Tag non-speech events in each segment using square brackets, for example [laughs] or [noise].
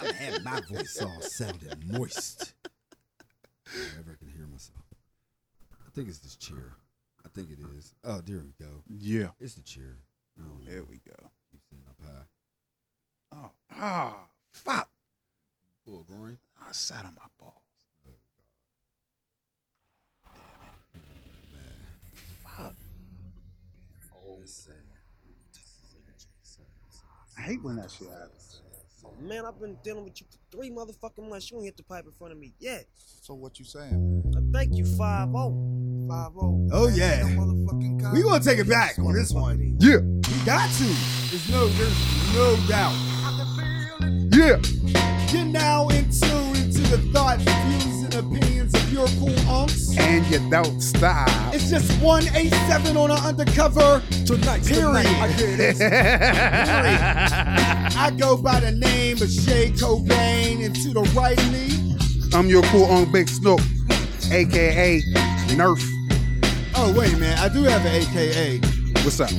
I had my voice all sounding moist. Whenever I can hear myself. I think it's this chair. I think it is. Oh, there we go. Yeah. It's the chair. I don't know. There we go. Keep sitting up high. Oh, ah, fuck. Full groin. I sat on my balls. I hate when that shit happens. Man, I've been dealing with you for three motherfucking months. You ain't hit the pipe in front of me yet. So what you saying? I thank you, 5 0. Oh yeah. We gonna take it back on this one. Yeah. We got to. There's no, there's no doubt. Yeah. You're now in tune into the thoughts, views, and opinions of your cool unks. And you don't stop. It's just 187 on an undercover. Tonight, Period. I, I'm I go by the name of Shay Cobain, and to the right of me, your cool on Big Snoop, aka Nerf. oh wait, man, I do have an AKA, What's up?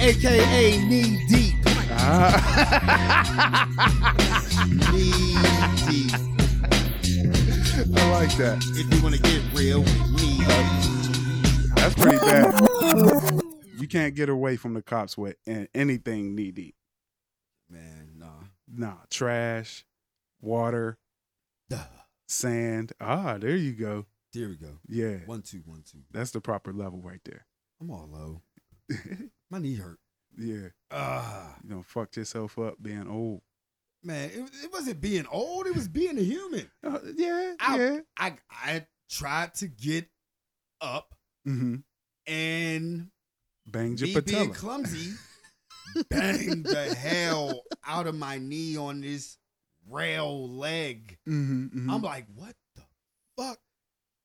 AKA Knee Deep. Ah, Knee Deep. [laughs] I like that. If you wanna get real with me, That's pretty bad. You can't get away from the cops with an- anything knee deep. man, nah. Nah, trash, water, sand. Ah, there you go. There we go. Yeah, One two, one two. that's the proper level right there. I'm all [laughs] low. My knee hurt. Yeah, Ah. you know, fucked yourself up being old. Man, it, it wasn't being old. It was being a human. Uh, yeah, Ow. yeah. I I tried to get up Mm-hmm. and Banged me your being patella. [laughs] clumsy, banged the hell out of my knee on this rail leg. mm-hmm, hmm I'm like, what the fuck?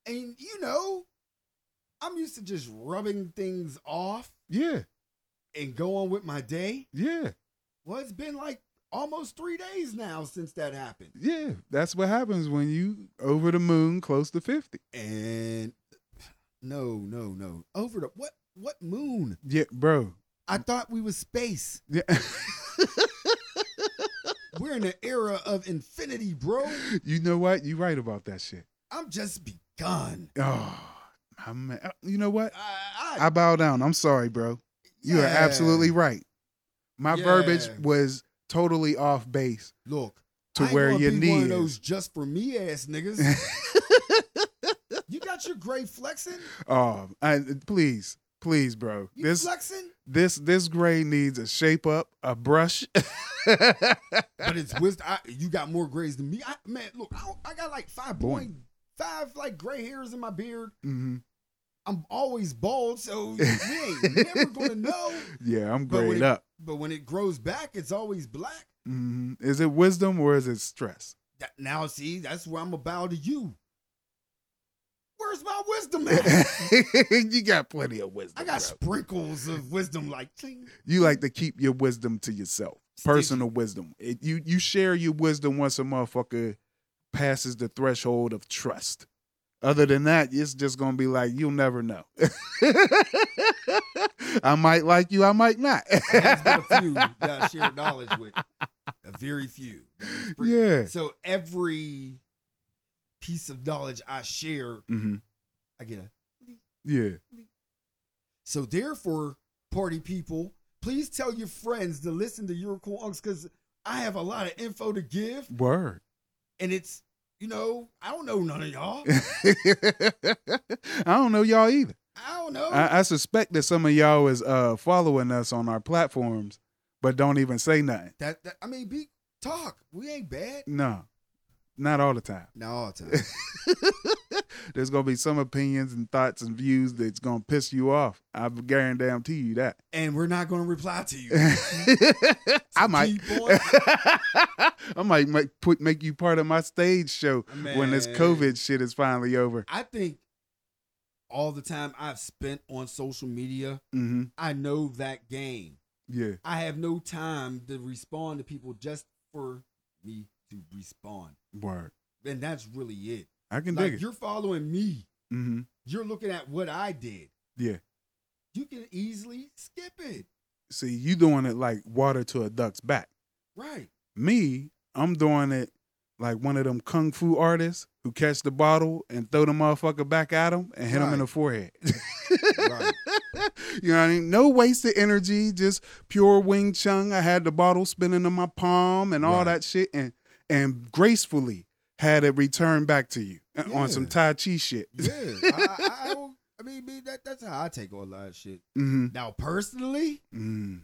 And you know, I'm used to just rubbing things off yeah, and going with my day. yeah, Well, it's been like almost three days now since that happened. yeah. That's what happens when you over the moon, close to fifty. and no, no, no. Over the what? What moon? Yeah, bro. I thought we was space. Yeah. [laughs] We're in the era of infinity, bro. you know what? You right about that shit. I'm just begun. Oh, I'm, uh, you know what? I, I, I bow down. I'm sorry, bro. You are Yeah. absolutely right. My verbiage Yeah. was totally off base look to I ain't where gonna your be knee one of is. those just for me ass [laughs] niggas. you got your gray flexing. oh, I, please, please, bro. You this flexing, this this gray needs a shape up, a brush. [laughs] but it's wisdom. I, you got more grays than me. I, man, look, I, don't- I got like five Boy. point five like gray hairs in my beard. Mhm. I'm always bald, [laughs] so we ain't never gonna know. Yeah, I'm But when grayed it- up. But when it grows back, it's always black. Mhm. Is it wisdom or is it stress? [laughs] That, now, see, that's where I'm about to you. Where's my [laughs] wisdom at? you got plenty of wisdom. I got bro. sprinkles of wisdom, like cling. you like to keep your wisdom to yourself. Sticky. Personal wisdom. It, you you share your wisdom once a motherfucker passes the threshold of trust. Other than that, it's just gonna be like you'll never know. [laughs] I might like you, I might not. There's been a [laughs] few that I share knowledge with. A very few. yeah. So every piece of knowledge I share, hmm I get a. Yeah. So therefore, party people, please tell your friends to listen to your cool unks because I have a lot of info to give, Word. and it's you know I don't know none of [laughs] y'all. [laughs] I don't know y'all either. I don't know. I, I suspect that some of y'all is uh following us on our platforms, but don't even say nothing. That, that I mean, be talk. We ain't bad. [laughs] No. Not all the time. No, all the time. There's gonna be some opinions and thoughts and views that's gonna piss you off. I guarantee you that. [laughs] and we're not gonna reply to you. I might. Keep on- [laughs] I might make, put make you part of my stage show when this Man, COVID shit is finally over. I think all the time I've spent on social media, hmm I know that game. Yeah, I have no time to respond to people just for me to respond, word. and that's really it. I can Like dig it. you're following me. hmm You're looking at what I did. Yeah. You can easily skip it. See, you doing it like water to a duck's back. Right. Me, I'm doing it like one of them kung fu artists who catch the bottle and throw the motherfucker back at him and hit him in Right. the forehead. Right. [laughs] You know what I mean? No wasted energy, just pure Wing Chun. I had the bottle spinning in my palm and all Right. that shit, and and gracefully had it returned back to you uh, on some Yeah. Tai Chi shit. [laughs] Yeah. I, I, I, don't- I mean, me, that, that's how I take on a lot of shit. Mhm. Now, personally, Mm.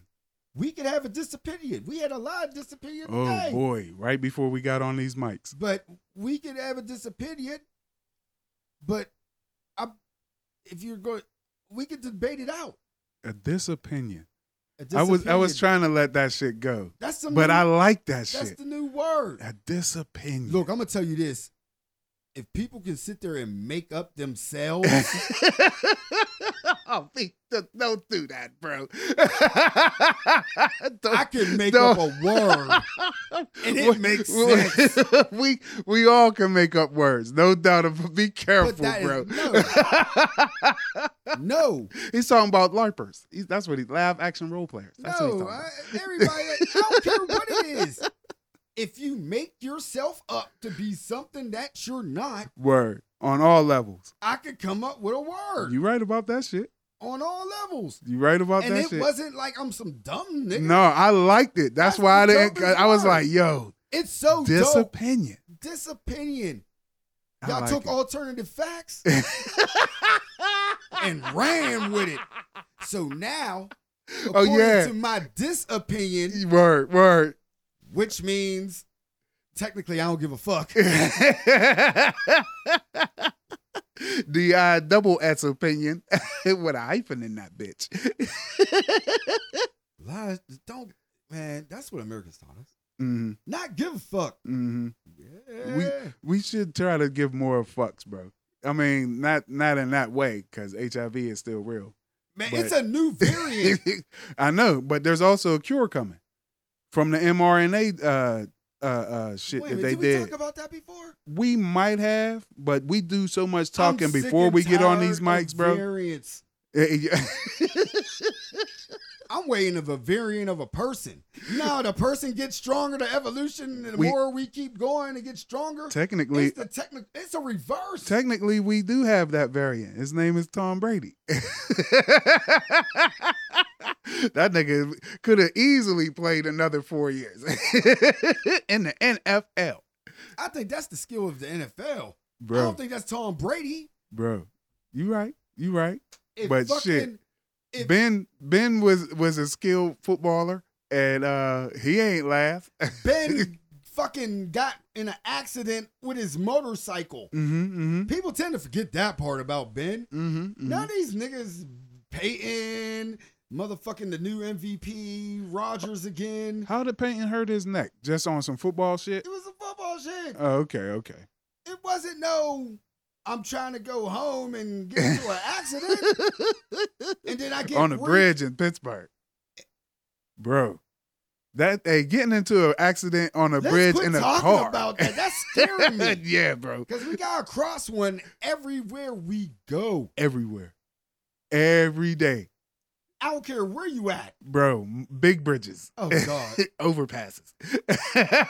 we could have a disopinion. We had a lot of disopinion Oh today. boy! Right before we got on these mics, But we could have a disopinion. But I, if you're going, we could debate it out. a disopinion. A Uh, I was I was disopinion. trying to let that shit go, That's the but new, I like that That's shit. the new word. A disopinion. [laughs] Look, I'm [laughs] gonna tell you this: if people can sit there and make [laughs] up themselves, oh, be- don't- don't do that, [laughs] bro. Don't- I can make No. up a word. [laughs] and it We- makes we- sense. [laughs] We we all can make up words, no doubt. Of, be careful, But that is- bro. [laughs] No, he's talking about larpers. He's, that's what he live action role players. That's what he's no, talking I, about. everybody. I don't care what [laughs] it is. If you make yourself up to be something that you're not, Word on all levels. I could come up with a word You right about that shit. on all levels. You right about And that it shit. wasn't like I'm some dumb nigga. no, I liked it. That's, That's why I the didn't. dopest I was word. like, yo, It's so this dope. opinion. This opinion. I Y'all like took it. alternative [laughs] facts and ran with it. So [laughs] now, according Oh, yeah. to my disopinion, Word, word. [laughs] which means technically I don't give [laughs] a fuck. the uh, double S opinion [laughs] with a hyphen in that bitch. [laughs] Lies don't, man. That's what Americans taught us. Mhm, Not give a fuck. mhm. Yeah. We should try to give more fucks, bro. I mean, not not in that way, because HIV is still real. [laughs] man, but- it's [laughs] a new variant. I know, but there's also a cure coming from the mRNA uh, uh, uh, shit Wait, a that they minute, did we did. talk about that before? we might have, but we do so much I'm talking sick before and we get on tired these of mics, [laughs] bro. Variants. yeah, [laughs] I'm waiting of a variant of a person. No, the person gets stronger. The evolution, the We- more we keep going, it gets stronger. technically, It's the technical. It's a reverse. technically we do have that variant. His name is Tom Brady. [laughs] that nigga could have easily played another four years [laughs] in the NFL, I think that's the skill of the NFL. I bro. don't think that's Tom Brady. Bro, you right. You right. If But fucking, shit. If- ben Ben was was a skilled footballer, and uh he ain't laugh. [laughs] Mm-hmm, Ben fucking got in an accident with his motorcycle. mm-hmm, People tend to forget that part about Ben. mm-hmm, mm-hmm. Now these niggas, Peyton, motherfucking the new MVP, Rogers again. How did Peyton hurt his neck? Just on some football shit? It was a football shit. Oh, okay, okay. It wasn't no. I'm trying to go home and get [laughs] into an accident, and then I get on a re- bridge in Pittsburgh. Bro. That hey, getting into an accident on a Let's bridge quit in a talking car. [laughs] about that. That's scaring me. yeah, bro. Cause we gotta cross one everywhere we go. Everywhere. Every day. I don't care where you at. Bro, m- big bridges. [laughs] Oh God. Overpasses. [laughs] And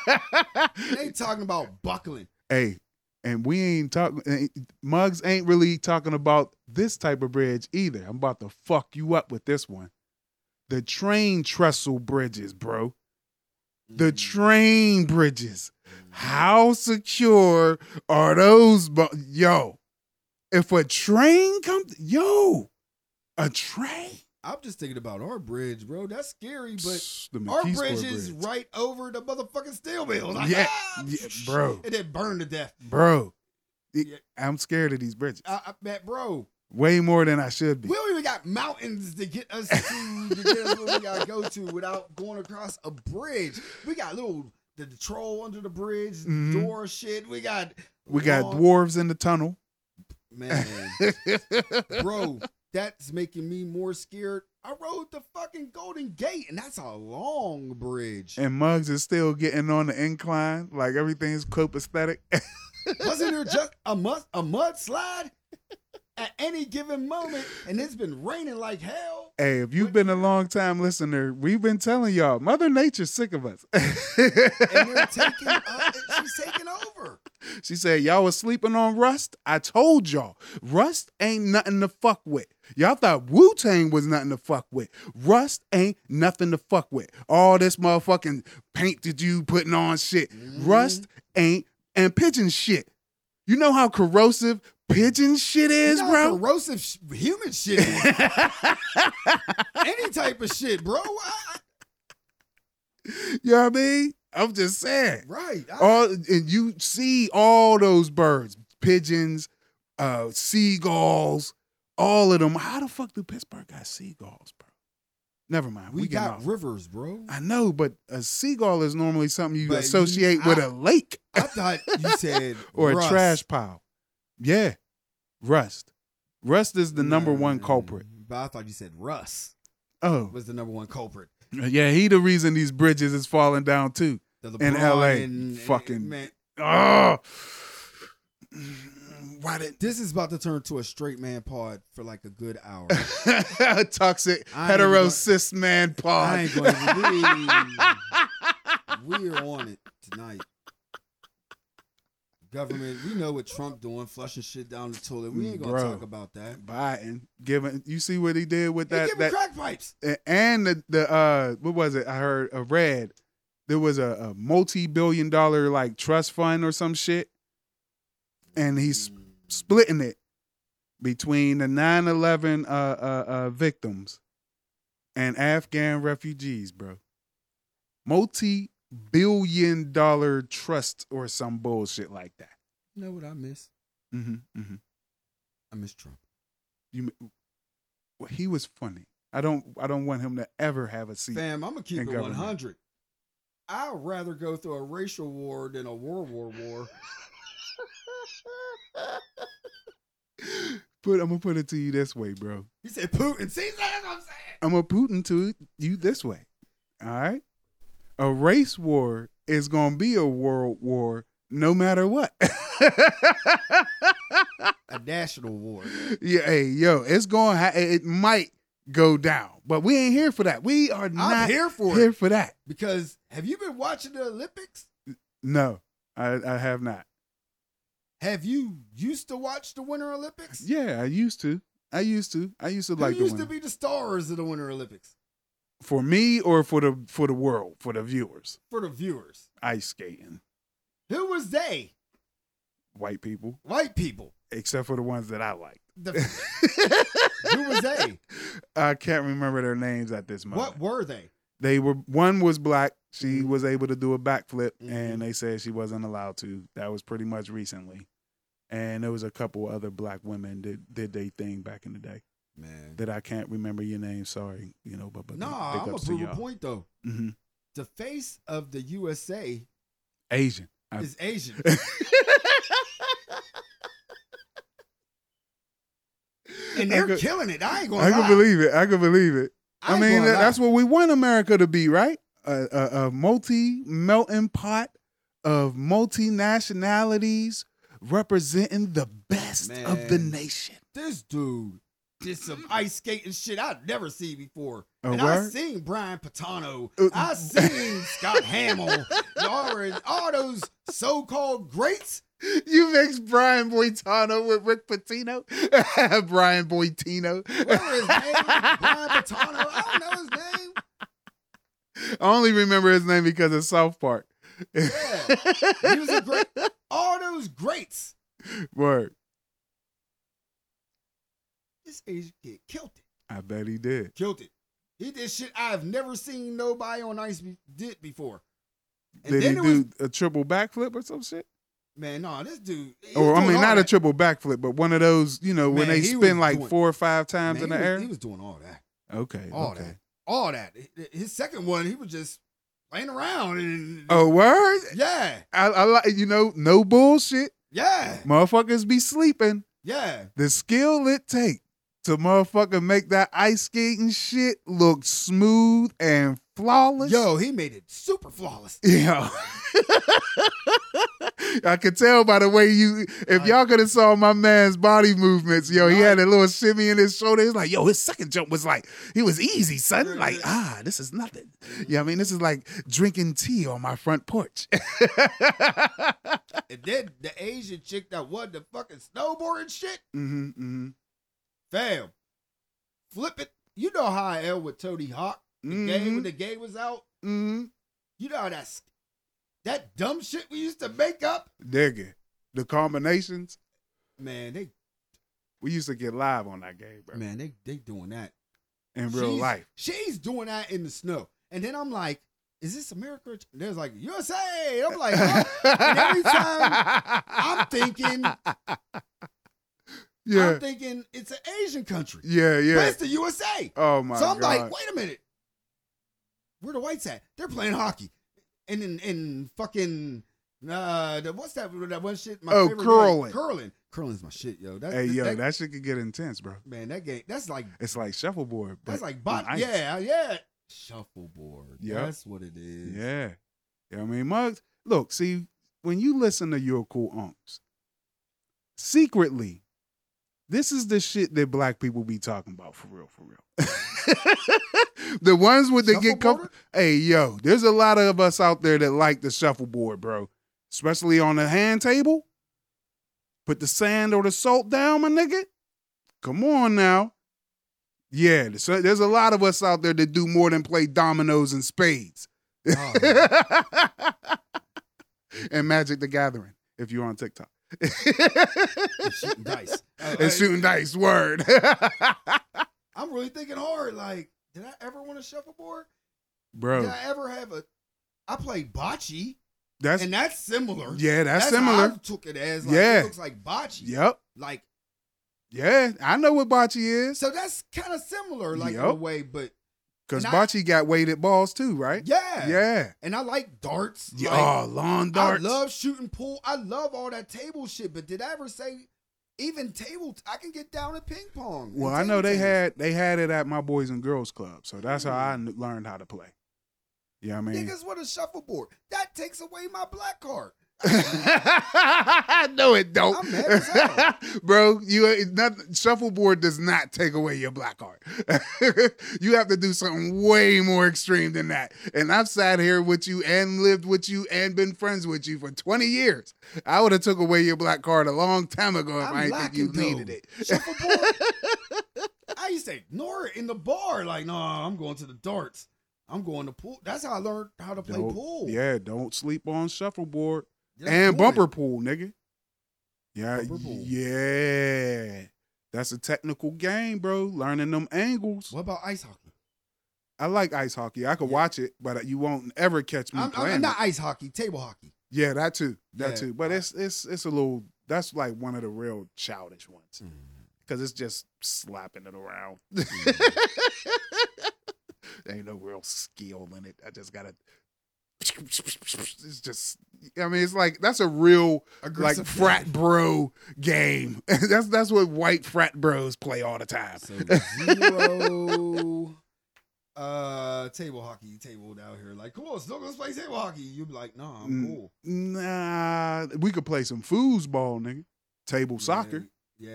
they talking about buckling. hey, and we ain't talking. Mugs ain't really talking about this type of bridge either. I'm about to fuck you up with this one. The train trestle bridges, bro. The train bridges. How secure are those? Bu- yo, if a train comes, yo, a train. I'm just thinking about our bridge, bro. That's scary, but the our McKeesport bridge is right over the motherfucking steel mill. [laughs] Like, Yeah, ah, yeah, bro. And it burned to death. bro. it- Yeah. I'm scared of these bridges I, I bet, uh, bro. way more than I should be. We don't even got mountains to get us to, to get us where we gotta go to without going across a bridge. We got little the troll under the bridge, Mhm. door shit. We got We got long- dwarves in the tunnel. [laughs] man. bro, that's making me more scared. I rode the fucking Golden Gate, and that's a long bridge. and Muggs is still getting on the incline, like everything's copacetic. Wasn't there just a mud a mudslide at any given moment, and it's been raining like hell. [laughs] Hey, if you've been a long time listener, we've been telling y'all, Mother Nature's sick of us. [laughs] And we're taking, uh, she's taking over. she said, Y'all was sleeping on Rust. I told y'all, Rust ain't nothing to fuck with. Y'all thought Wu Tang was nothing to fuck with. Rust ain't nothing to fuck with. All this motherfucking paint that you putting on shit. Rust ain't and pigeon shit. You know how corrosive pigeon shit is, You know how bro? corrosive sh- human shit. is. any type of shit, bro. I- [laughs] You know what I mean? I'm just saying. I- right. I- All and you see all those birds, pigeons, uh, seagulls, all of them. How the fuck do Pittsburgh got seagulls, bro? Never mind. we, We, got got. rivers, bro. I know, but a seagull is normally something you But associate you- with I- a lake I thought [laughs] you said or rust. a trash pile. Yeah, rust. Rust is the number No, one no, no, culprit. no. But I thought you said Russ Oh, was the number one culprit. yeah. He the reason these bridges is falling down too. The In LeBron LA, and- fucking- man, Oh, why did this is about to turn to a straight man pod for like a good hour. [laughs] toxic I ain't hetero gonna- cis man I pod. ain't [laughs] going to we, we are on it tonight. Government, we know what Trump doing, flushing shit down the toilet. We ain't gonna Bro. talk about that. Biden giving you see what he did with They that giving that crack pipes. and the, the uh what was it? I heard a read there was a, a multi billion dollar like trust fund or some shit, and he's splitting it between the 9-11 uh, uh, uh, victims and afghan refugees bro multi-billion dollar trust or some bullshit like that You know what I miss? mm-hmm, mm-hmm. I miss Trump. Well, he was funny i don't i don't want him to ever have a seat Fam, I'm gonna keep and it government. 100. I'd rather go through a racial war than a war war war. but i'm gonna put it to you this way bro He said Putin. See, that's what I'm saying. i'm gonna putin to you this way all right a race war is gonna be a world war no matter what [laughs] A national war. Yeah, hey, yo, it's going. Ha- it might go down, but we ain't here for that. We are I'm not here here for for, it that. because have you been watching the Olympics? No, I, I have not. Have you used to watch the Winter Olympics? Yeah, I used to. I used to. I used to Who like the used winner. to be the stars of the Winter Olympics for me or for the for the world for the viewers. for the viewers? Ice skating, Who was they? white people, White people. except for the ones that I like. [laughs] The, who was they? I can't remember their names at this moment. What were they? They were one was black. She Mhm. was able to do a backflip, Mhm. and they said she wasn't allowed to. That was pretty much recently. And there was a couple other black women that did they thing back in the day Man, that I can't remember your name. Sorry, you know, but but nah, big I'm gonna ups to prove a y'all. point though. hmm The face of the USA Asian. I- is [laughs] Asian. and I they're could- killing it. I ain't gonna I lie. can believe it. I can believe it. I, ain't mean, gonna that, lie. that's what we want America to be, right? A, a, a multi melting pot of multinationalities representing the best of the Man. nation. this dude did some ice skating shit I've never seen before. Oh, and I word? seen Brian Patano. Uh, I seen Scott Hamill. Y'all are in all those so-called greats. [laughs] You mix Brian Boitano with Rick Pitino. [laughs] Brian Boitino. [laughs] Whatever his name, Brian Patano. I don't know his name. I only remember his name because of South Park. Yeah. He was a great. All those greats. Word. This Asian kid killed it. I bet he did. Killed it. He did shit I've never seen nobody on ice be- did before. And did he then do it was a triple backflip or some shit? man, nah, this dude. he Or was Oh, I mean, doing all not a that. triple backflip, but one of those, you know, when Man, they he spin was like doing- four or five times Man, in the he was- air. He was doing all that. okay. all okay. that, all that. H- His second one, he was just playing around and Oh, word. yeah, I, I like you know, no bullshit. yeah, Motherfuckers be sleeping. yeah. the skill it take to motherfucker make that ice skating shit look smooth and flawless. Yo, he made it super flawless. Yo. [laughs] I could tell by the way you. If y'all could have saw my man's body movements, yo, he had a little shimmy in his shoulder. He's like, yo, his second jump was like, he was easy, son. Like, ah, this is nothing. Yeah, I mean, this is like drinking tea on my front porch. [laughs] [laughs] And then the Asian chick that won the fucking snowboarding shit, hmm hmm fam, flip it. You know how I am with Tony Hawk. The game when hmm the game was out. hmm You know how that's that dumb shit we used to make up. Nigga, the combinations Man, they we used to get live on that game, bro, man they they doing that in real She's- life. She's doing that in the snow, and then I'm like, "Is this America?" or Ch-" There's like USA. I'm like, huh? And [laughs] every time I'm thinking, yeah, I'm thinking it's an Asian country, yeah, but yeah. it's the USA. Oh my so I'm god! like, wait a minute, where the whites at? They're playing hockey, and in in fucking uh, the, what's that that one shit? My Oh, favorite curling. Game, curling, curling's my shit, yo. That, hey, that- yo, that- that shit could get intense, bro. man, that game, that's like It's like shuffleboard. But that's like on bot, ice. yeah, yeah. Shuffleboard, Yep. that's what it is. yeah. You know what I mean, mugs. Look, see, when you listen to your cool unks, secretly, this is the shit that black people be talking about for real, [laughs] for real. the ones with the get comfortable. Shuffleboarder? Hey, yo, there's a lot of us out there that like the shuffleboard, bro. Especially on the hand table. Put the sand or the salt down, my nigga. Come on now. Yeah, there's a- there's a lot of us out there that do more than play dominoes and spades. Oh, yeah. and Magic the Gathering, if you're on TikTok. And [laughs] shooting dice. Uh, and uh, shooting dice, word. [laughs] I'm really thinking hard. Like, did I ever want to shuffleboard? bro, Did I ever have a? I played bocce, that's, and that's similar. yeah, that's, how similar. I took it as like Yeah. it looks like bocce. Yep. Like Yeah, I know what bocce is. so that's kind of similar, like in a Yup. way. But Because And I- bocce got weighted balls too, right? yeah, Yeah. And I like darts. Yeah. like, oh, lawn darts. I love shooting pool. I love all that table shit. But did I ever say even table? I can get down at ping pong. and well, I know table they tennis. had they had it at my boys and girls club, so that's Mm. how I kn- learned how to play. Yeah, I mean, niggas with a shuffleboard. That takes away my black card. [laughs] no, it I'm mad as hell. [laughs] bro. You ain't- nothing, shuffleboard does not take away your black heart. [laughs] you have to do something way more extreme than that. And I've sat here with you and lived with you and been friends with you for 20 years. I would have took away your black card a long time ago if I'm I didn't think you lacking, though. needed it. Shuffleboard. [laughs] I used to ignore it in the bar. Like, no, I'm going to the darts. I'm going to pool. That's how I learned how to play Don't- pool. Yeah, don't sleep on shuffleboard That's and doing bumper it. pool, nigga. Yeah, Bumper pool. yeah. That's a technical game, bro. Learning them angles. What about ice hockey? I like ice hockey. I could Yeah. watch it, but you won't ever catch me I'm, I'm- Mm, playing. not it. ice hockey, table hockey. yeah, that too. That Yeah. too. But it's it's it's a little. That's like one of the real childish ones Mm. because it's just slapping it [laughs] around. [laughs] there ain't no real skill in it. I just gotta. [sniffs] It's just. I mean, it's like that's a real like Aggressive. frat bro game. [laughs] that's that's what white frat bros play all the time. So zero [laughs] uh, table hockey table down here. Like, come on, still gonna play table hockey. You'd be like, nah, I'm Mm. cool. Nah, we could play some foosball, nigga. Table soccer. Yeah,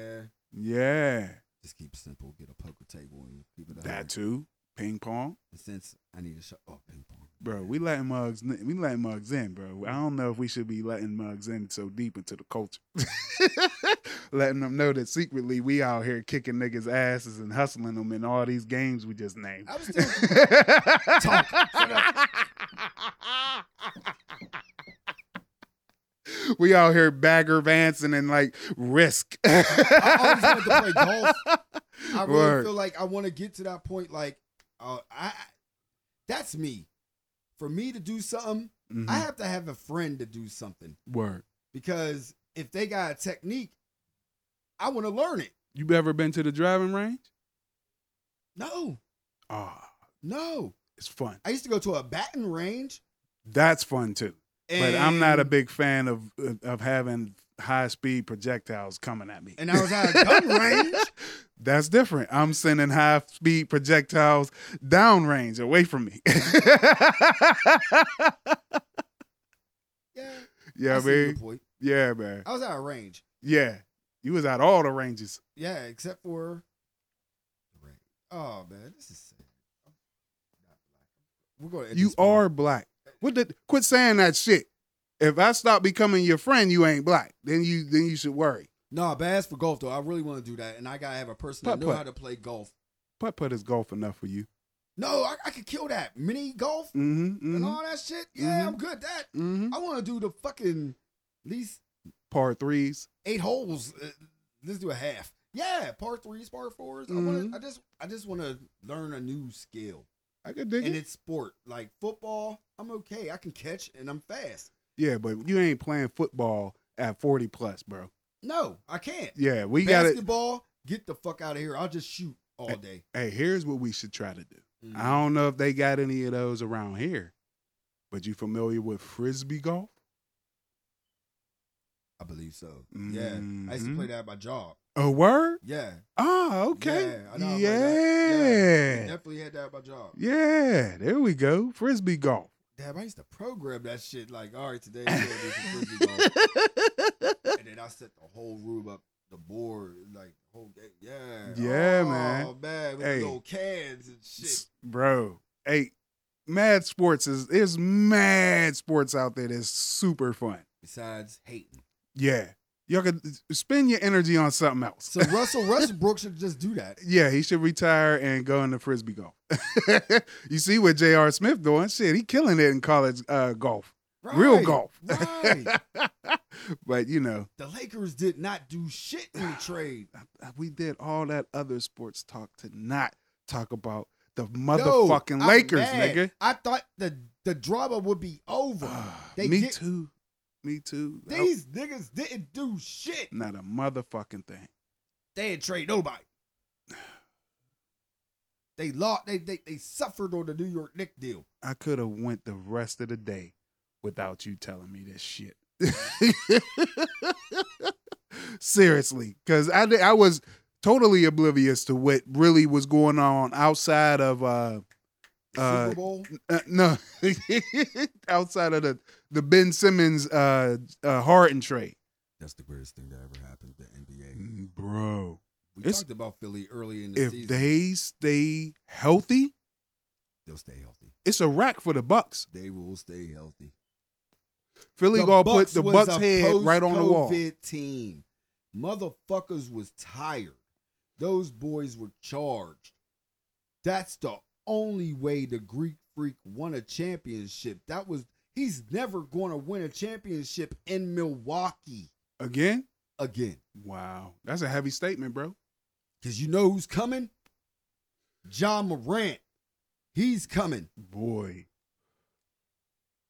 yeah. Yeah, Just keep it simple. Get a poker table and keep it. out that there. too. Ping pong, And Since I need to shut up ping pong. bro. We letting mugs. We letting mugs in, bro. I don't know if we should be letting mugs in so deep into the culture. [laughs] letting them know that secretly we out here kicking niggas' asses and hustling them in all these games we just named. I was still we out here bagger vancing and like risk. I always wanted to play golf. I really Word. feel like I want to get to that point. Like, uh, I, I- that's me. For me to do something, Mhm. I have to have a friend to do something Word. because if they got a technique, I want to learn it. You ever been to the driving range? No, Ah, no. it's fun. I used to go to a batting range, That's fun too. But I'm not a and- big fan of uh, of having high speed projectiles coming at me. And I was at a gun range. [laughs] That's different. I'm sending high speed projectiles downrange away from me. [laughs] Yeah, yeah, I see your man. point. Yeah, man. I was out of range. Yeah. You was at all the ranges. Yeah, except for the range. Oh man, this is sad. I'm not black. We're going. to end You this one. are black. What did quit saying that shit. If I stop becoming your friend, you ain't black. Then you then you should worry. No, bass for golf though. I really want to do that, and I gotta have a person that know Putt-putt. how to play golf. Putt putt is golf enough for you. No, I, I could kill that mini golf Mm-hmm. and Mm-hmm. all that shit. Yeah, Mhm. I'm good at that. mm-hmm. I want to do the fucking at least Par threes. eight holes. Uh, let's do a half. Yeah, par threes, par 4s I want. Mhm. to I just I just want to learn a new skill, I could dig and it. it's sport like football. I'm okay. I can catch and I'm fast. Yeah, but you ain't playing football at 40 plus, bro. No, I can't. Yeah, we got it. Basketball. Get the fuck out of here. I'll just shoot all day. Hey, here's what we should try to do. Mm. Eh, I don't know if they got any of those around here, but you familiar with frisbee golf? I believe so. Yeah, I used to Mhm. play that at my job. A word? Yeah. Oh, okay. Yeah, I know, Yeah. I played that. Yeah. Definitely had that at my job. There we go. Frisbee golf. Damn, I used to program that shit like, all right, today we're gonna [laughs] do some frisbee golf. and then I set the whole room up, the board, like the whole game. Yeah. Yeah, oh, man. man, with Hey. the little cans and shit. Bro. Hey, mad sports is there's mad sports out there that's super fun. Besides hating. Yeah. Y'all could spend your energy on something else. So Russell Westbrook should just do that. Yeah, he should retire and go into frisbee golf. [laughs] you see what J.R. Smith doing? Shit, he killing it in college uh, golf, real [laughs] Right, golf. Right. [laughs] but you know, the Lakers did not do shit [sighs] in the trade. we did all that other sports talk to not talk about the Yo, motherfucking I'm Lakers, mad. nigga. I thought the the drama would be [sighs] over. Ah, They me get- too. Me too. I- These niggas didn't do shit. not a motherfucking thing. They didn't trade nobody. They lost. They, they they suffered on the New York Nick deal. I could have went the rest of the day without you telling me this shit. [laughs] Seriously, because I di- I was totally oblivious to what really was going on outside of uh, Uh, Super Bowl. uh no [laughs] outside of the the Ben Simmons uh, uh Harden trade, That's the greatest thing that ever happened to NBA. bro. We It's- talked about Philly early in the If season. they stay healthy, They'll stay healthy. it's a rack for the Bucks. They will stay healthy. Philly gonna put the was Bucks a head right on the wall. post-COVID Team, motherfuckers was tired. Those boys were charged. That's the only way the Greek Freak won a championship. That was he's never going to win a championship in Milwaukee Again, again. wow, that's a heavy statement, bro. Cause you know who's coming? John Morant. He's coming. Boy.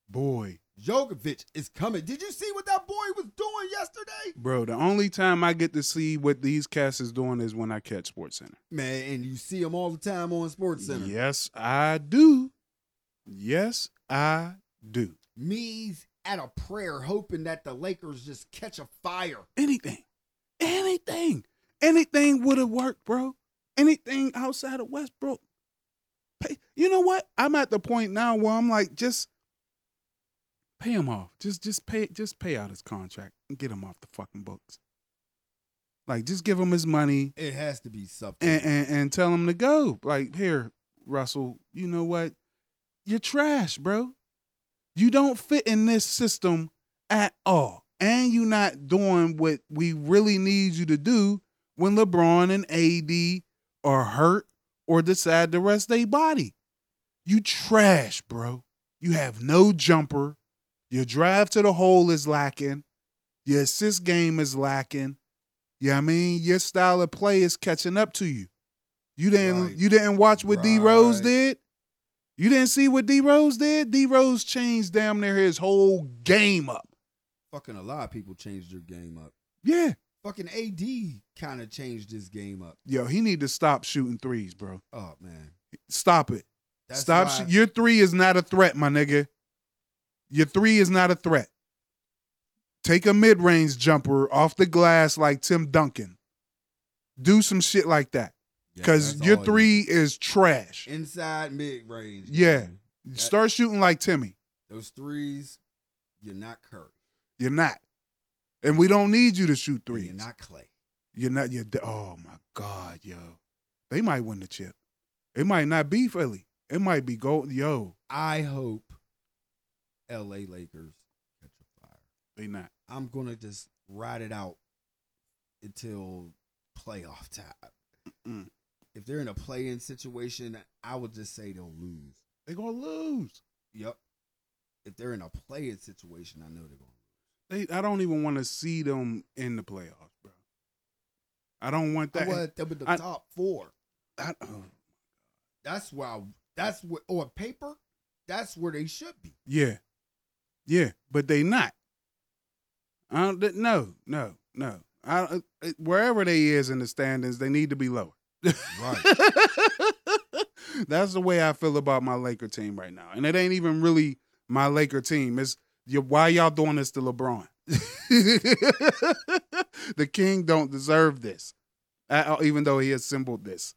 Boy. Jokovic is coming. Did you see what that boy was doing yesterday? Bro, the only time I get to see what these cats is doing is when I catch Sports Center. Man, and you see him all the time on Sports Center. Yes, I do. Yes, I do. Me's at a prayer, hoping that the Lakers just catch a fire. Anything. Anything. Anything would have worked, bro. Anything outside of Westbrook. Pay. You know what? I'm at the point now where I'm like, just pay him off. Just just pay just pay out his contract and get him off the fucking books. Like just give him his money. It has to be something. and, and and tell him to go. Like, here, Russell, you know what? You're trash, bro. You don't fit in this system at all. And you're not doing what we really need you to do when LeBron and AD are hurt or decide to rest their body. You trash, bro. You have no jumper. Your drive to the hole is lacking. Your assist game is lacking. Yeah, I mean, your style of play is catching up to you. You didn't Right. you didn't watch what D Rose Right. did. You didn't see what D Rose did. D Rose changed damn near his whole game up. Fucking a lot of people changed their game up. Yeah, Fucking AD kind of changed his game up. yo, he need to stop shooting threes, bro. Oh man, Stop it. That's stop. why- Sh- your three is not a threat, my nigga. Your three is not a threat. Take a mid range jumper off the glass like Tim Duncan. Do some shit like that, Yeah, cause that's your all it three is trash. is. inside mid range. Yeah. Start shooting like Timmy. those threes, you're not Curry. You're not. And we don't need you to shoot And 3s You're not Clay. You're not. You're. de- Oh my God, yo. They might win the chip. It might not be Philly. It might be gold. Yo, I hope L.A. Lakers catch a fire. they not. I'm gonna just ride it out until playoff time. Mm. If they're in a play-in situation, I would just say they'll lose. They gonna lose. Yep. If they're in a play-in situation, I know they're gonna. They. I don't even want to see them in the playoffs, bro. I don't want that. I want them in the I- top four. I- oh. That's why. that's what on paper. That's where they should be. Yeah, yeah, but they not. I don't, th- no, no, no. I, uh, wherever they is in the standings, they need to be lower. Right. [laughs] [laughs] That's the way I feel about my Laker team right now, and it ain't even really my Laker team. It's you, why y'all doing this to LeBron? [laughs] the King don't deserve this, Uh, even though he assembled this.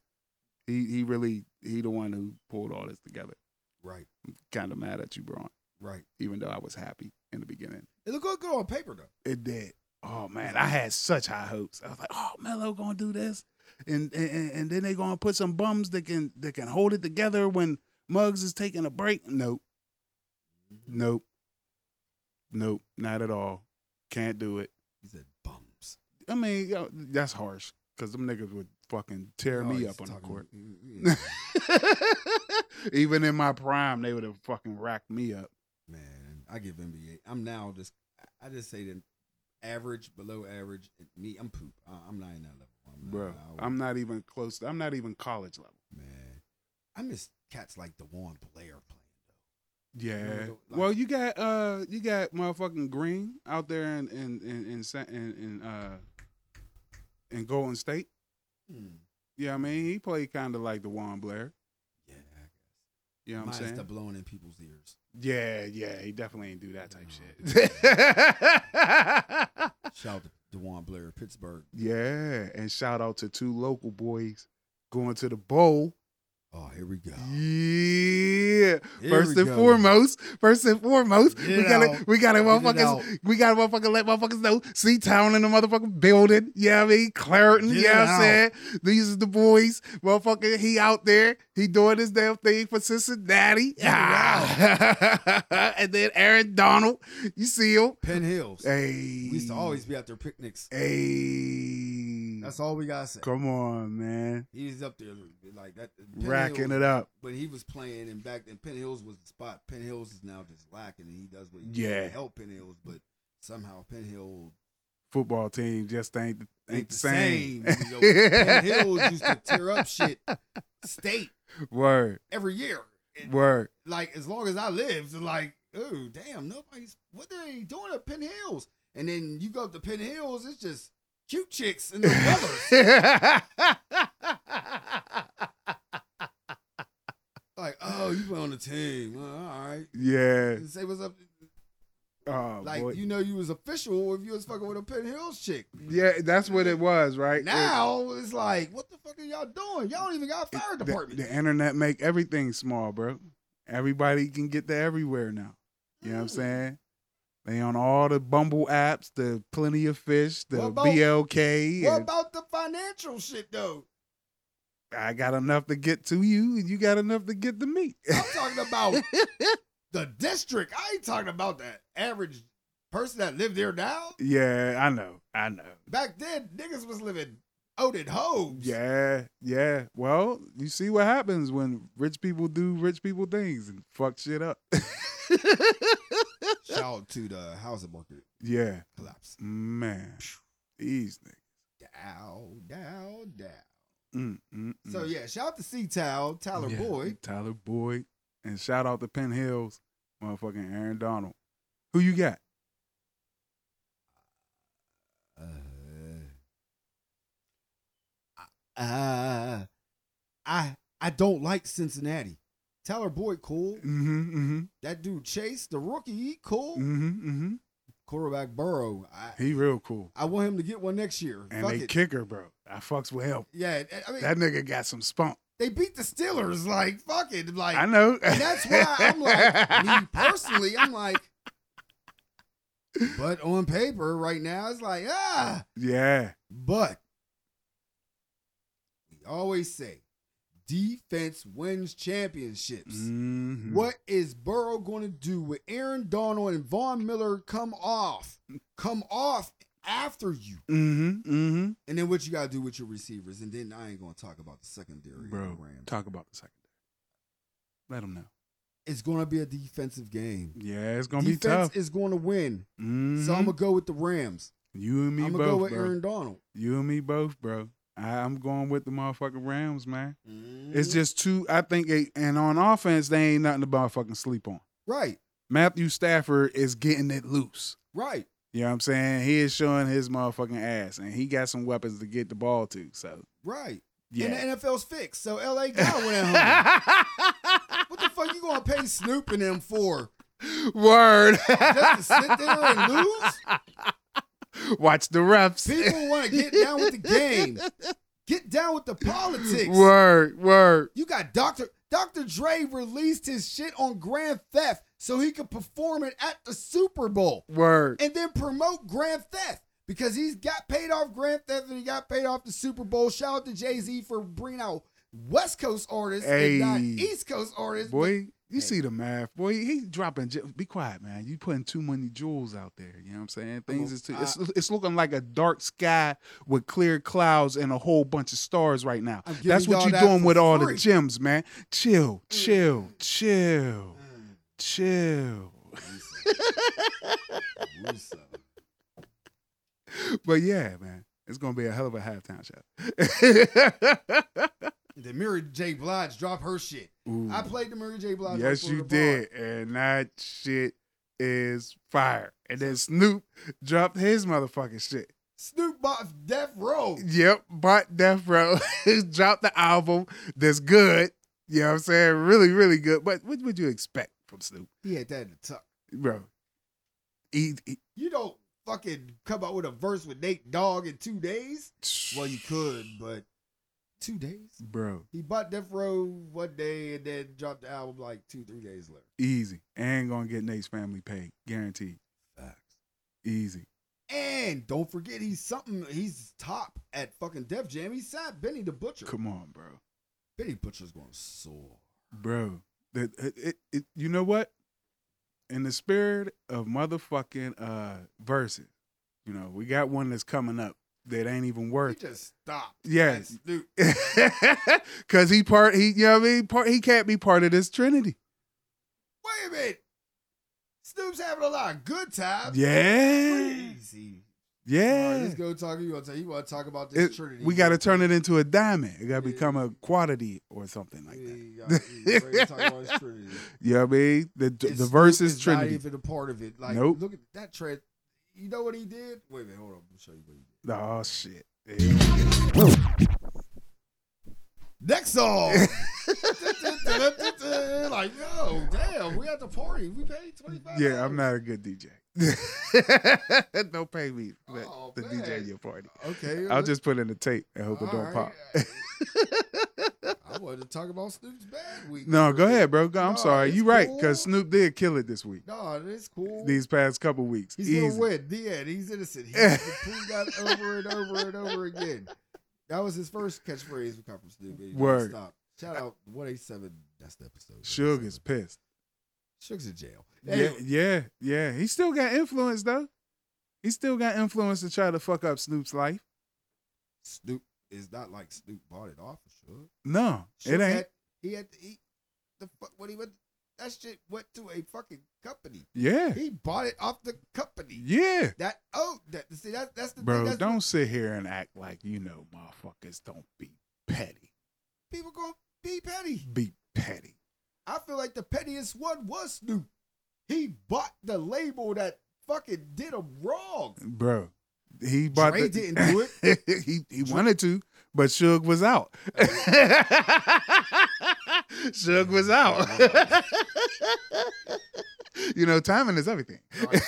He he really he the one who pulled all this together. Right. Kind of mad at you, Bron Right. even though I was happy in the beginning. It looked good on paper though. It did. Oh man, Mm-hmm. I had such high hopes. I was like, oh, Melo gonna do this, and and, and then they gonna put some bums that can that can hold it together when Muggs is taking a break. Nope, Mm-hmm. nope, nope, not at all. Can't do it. He said bums. I mean, yo, that's harsh because them niggas would fucking tear Oh, me he's up on the talking- court. [laughs] Yeah, Even in my prime, they would have fucking racked me up. Man, I give NBA. I'm now just. I- I just say that average, below average. Me, I'm poop. I- I'm not in that level. I'm not, Bro, I- I'm not even close. I'm not even college level. man. I miss cats like the one Blair playing Yeah. the- like- well, you got uh, you got motherfucking Green out there in in in in Sa- in, in uh, in Golden State. though. Yeah, I mean he played kind of like the Juan Blair. Yeah, I guess. You know what Minus I'm saying? the blowing in people's ears. yeah, yeah, he definitely ain't do that type No. shit. [laughs] Shout out to Dewan Blair, Pittsburgh. yeah, and shout out to two local boys going to the bowl. Oh, here we go. Yeah. Here First we and go. foremost, first and foremost, Get we it gotta out. we gotta Get it motherfuckers out. we gotta motherfucking let motherfuckers know. C Town in the motherfucking building. Yeah, I mean Clareton, Get you it know what I'm out. saying? These is the boys. Motherfucker, he out there, he doing his damn thing for Cincinnati. it Yeah. [laughs] and then Aaron Donald, you see him. Penn Hills. Hey. We used to always be at their picnics. Hey. That's all we gotta say. Come on, man. He was up there like that, Penn Racking Hills, it up. But he was playing, and back then Penn Hills was the spot. Penn Hills is now just lacking, and he does what he Yeah. can to help Penn Hills, but somehow Penn Hill Football team just ain't ain't the same. [laughs] same. You know, Penn Hills used to tear up shit state Word. every year. And, Word. like as long as I lived, like, oh damn, nobody's what they doing at Penn Hills. And then you go up to Penn Hills, it's just cute chicks and the [laughs] brothers. like, oh, you play on the team. Well, all right. [laughs] yeah. And say what's up. Oh, Like boy. you know you was official if you was fucking with a Penn Hills chick. yeah, that's what it was, right? Now it's like, what the fuck are y'all doing? Y'all don't even got a It- fire the- department. The, internet make everything small, bro. Everybody can get to everywhere now. You know what I'm Mm. saying? They on all the Bumble apps, the Plenty of Fish, the What about- BLK. What and about the financial shit though? I got enough to get to you, and you got enough to get to me. [laughs] I'm talking about the district. I ain't talking about the average person that lived there now. yeah, I know. I know. Back then, niggas was living out at hoes. Yeah, yeah. Well, you see what happens when rich people do rich people things and fuck shit up. [laughs] [laughs] Shout out to the housing market yeah, collapse. man. These niggas. Down, down, down. Mm, mm, mm. So yeah, shout out to C Town, Tyler Yeah, Boyd. Tyler Boyd. And shout out to Penn Hills, motherfucking Aaron Donald. Who you got? Uh, uh, I I don't like Cincinnati. Tyler Boyd, cool. Mm-hmm, That dude Chase, the rookie, he cool. mm-hmm, mm-hmm, mm-hmm. Quarterback Burrow, I, He real cool. I want him to get one next year. And Fuck they it. kicker, bro. I fucks with him. yeah, I mean, That nigga got some spunk. they beat the Steelers. Like, fuck it. Like, I know. [laughs] and that's why I'm like, me personally, I'm like, But on paper, right now, it's like, ah. Yeah. But we always say defense wins championships. Mhm. What is Burrow going to do with Aaron Donald and Vaughn Miller come off? Come off after you. Mhm. Mhm. And then what you got to do with your receivers. And then I ain't going to talk about the secondary. of Bro, the Rams. talk about the second. Let them know. It's going to be a defensive game. Yeah, it's gonna be defense tough. is going to win. Mhm. So I'm going to go with the Rams. you and me I'm going to go both, with bro. Aaron Donald. You and me both, bro. I, I'm going with the motherfucking Rams, man. It's Mhm. just too. I think, they- and on offense, they ain't nothing to motherfucking sleep on. right, Matthew Stafford is getting it loose. right. You know what I'm saying? He is showing his motherfucking ass, and he got some weapons to get the ball to. So Right. yeah. And the NFL's fixed. So LA [laughs] Godwin at home. What the fuck you gonna pay Snoop and them for? Word. Just to sit there and lose? [laughs] Watch the refs. [laughs] People wanna get down with the game. Get down with the politics. Word, word. You got Dr. Dr. Dre released his shit on Grand Theft so he could perform it at the Super Bowl Word. and then promote Grand Theft because he's got paid off Grand Theft and he got paid off the Super Bowl. Shout out to Jay Z for bringing out West Coast artists and not Hey. East Coast artists. Boy, you Hey. see the math. Boy, he dropping. j- Be quiet, man. You putting too many jewels out there. You know what I'm saying? Things a- is too. It's, it's looking like a dark sky with clear clouds and a whole bunch of stars right now. I'm giving That's what y'all you that doing for with all the free. gems, man. Chill, chill, chill, Mm. chill. [laughs] Russo. But yeah, man, it's gonna be a hell of a halftime [laughs] show. Then Mary J. Blige dropped her shit. Ooh. I played the Mary J. Blige. Yes, on you Florida did, and that shit is fire. And then Snoop dropped his motherfucking shit. Bar. Snoop Dogg Death Row. Yep, bought Death Row, [laughs] dropped the album that's good. You know what I'm saying? Really, really good. But what would you expect from Snoop, He had that in the tuck. bro? e-, He, he- You don't fucking come out with a verse with Nate Dogg in two days. Well, you could, but two days. bro, He bought Death Row one day and then dropped the album like two, three days later. easy. Ain't gonna get Nate's family paid, guaranteed. Easy. And don't forget, he's something. He's top at fucking Def Jam. He signed Benny the Butcher. Come on, bro. Benny Butcher's going to soar. bro. That it, it, it, you know what? In the spirit of motherfucking uh verses, you know, we got one that's coming up that ain't even He worth. just stopped. Yeah, That's Snoop. [laughs] because he part he you know what I mean part he can't be part of this trinity. Wait a minute. Snoop's having a lot of good times. Yeah, Crazy. All right, yeah. let's go talk. You want to talk, you want to talk about this It- Trinity? we got to turn it into a diamond. It got to Yeah. become a quantity or something like that. Yeah, yeah, we're gonna talk about this Trinity. You know what I mean? [laughs] The And the Snoop verse is is trinity. Not even a part of it. Like, Nope. look at that trend. You know what he did? Wait a minute. Hold on. I'll show you what he did. oh [laughs] shit. Next [laughs] song. [laughs] like, yo, damn, we at the party. We paid twenty five. Yeah, I'm not a good DJ. [laughs] don't pay me for Oh, the man. DJ your party. Okay. I'll just put in the tape and hope it All don't right. pop. [laughs] I wanted to talk about Snoop's bad week. no, go ahead, bro. Go- I'm No, sorry. it's You right, because cool. Snoop did kill it this week. No, that's cool. These past couple weeks. He's Easy. gonna win. The end. He's innocent. He's been [laughs] proved that over and over and over again. That was his first catchphrase we come from Snoop. He Word. Stop. Shout out one eight seven. That's the episode. Suge is pissed. Sugar's in jail. Yeah, Anyway, yeah, yeah. He still got influence though. He still got influence to try to fuck up Snoop's life. Snoop is not like Snoop bought it off of Suge. No, Suge it ain't. Had, he had to eat the fuck when he went. That shit went to a fucking company. yeah, He bought it off the company. yeah. That oh that see that that's the thing. Bro, That's don't sit here and act like you know motherfuckers don't be petty. people gonna be petty. Be petty. I feel like the pettiest one was Snoop. He bought the label that fucking did him wrong. bro. He bought the, Dre [laughs] didn't do [laughs] it. he he wanted to, but Suge was out. [laughs] Suge was out. [laughs] you know, timing is everything. [laughs] Right.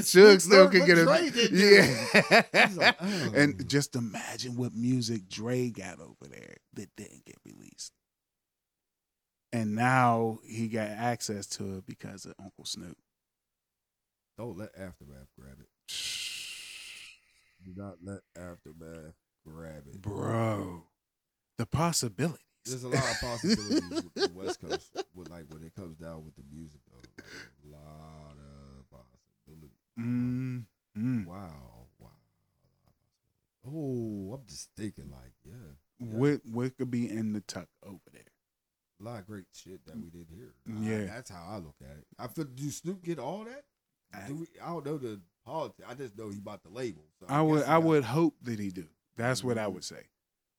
Suge still learned could what get Dre it. didn't do. Yeah. He's [laughs] like, oh. [laughs] And just imagine what music Dre got over there that didn't get released. [sighs] And now he got access to it because of Uncle Snoop. Don't let Aftermath grab it. Do not let Aftermath grab it. Bro, the possibilities. There's a lot of possibilities with the West Coast, with like when it comes down with the music, though. Like, a lot of possibilities. Mm, mm. Wow, wow. Oh, I'm just thinking, like, yeah, What what could be in the tuck over there? a lot of great shit that we did here. Yeah. that's how I look at it. I feel. Do Snoop get all that? I- Do we, I don't know the politics. I just know he bought the label. So I would guess he I got would hope that he do. That's what I Mhm. would say.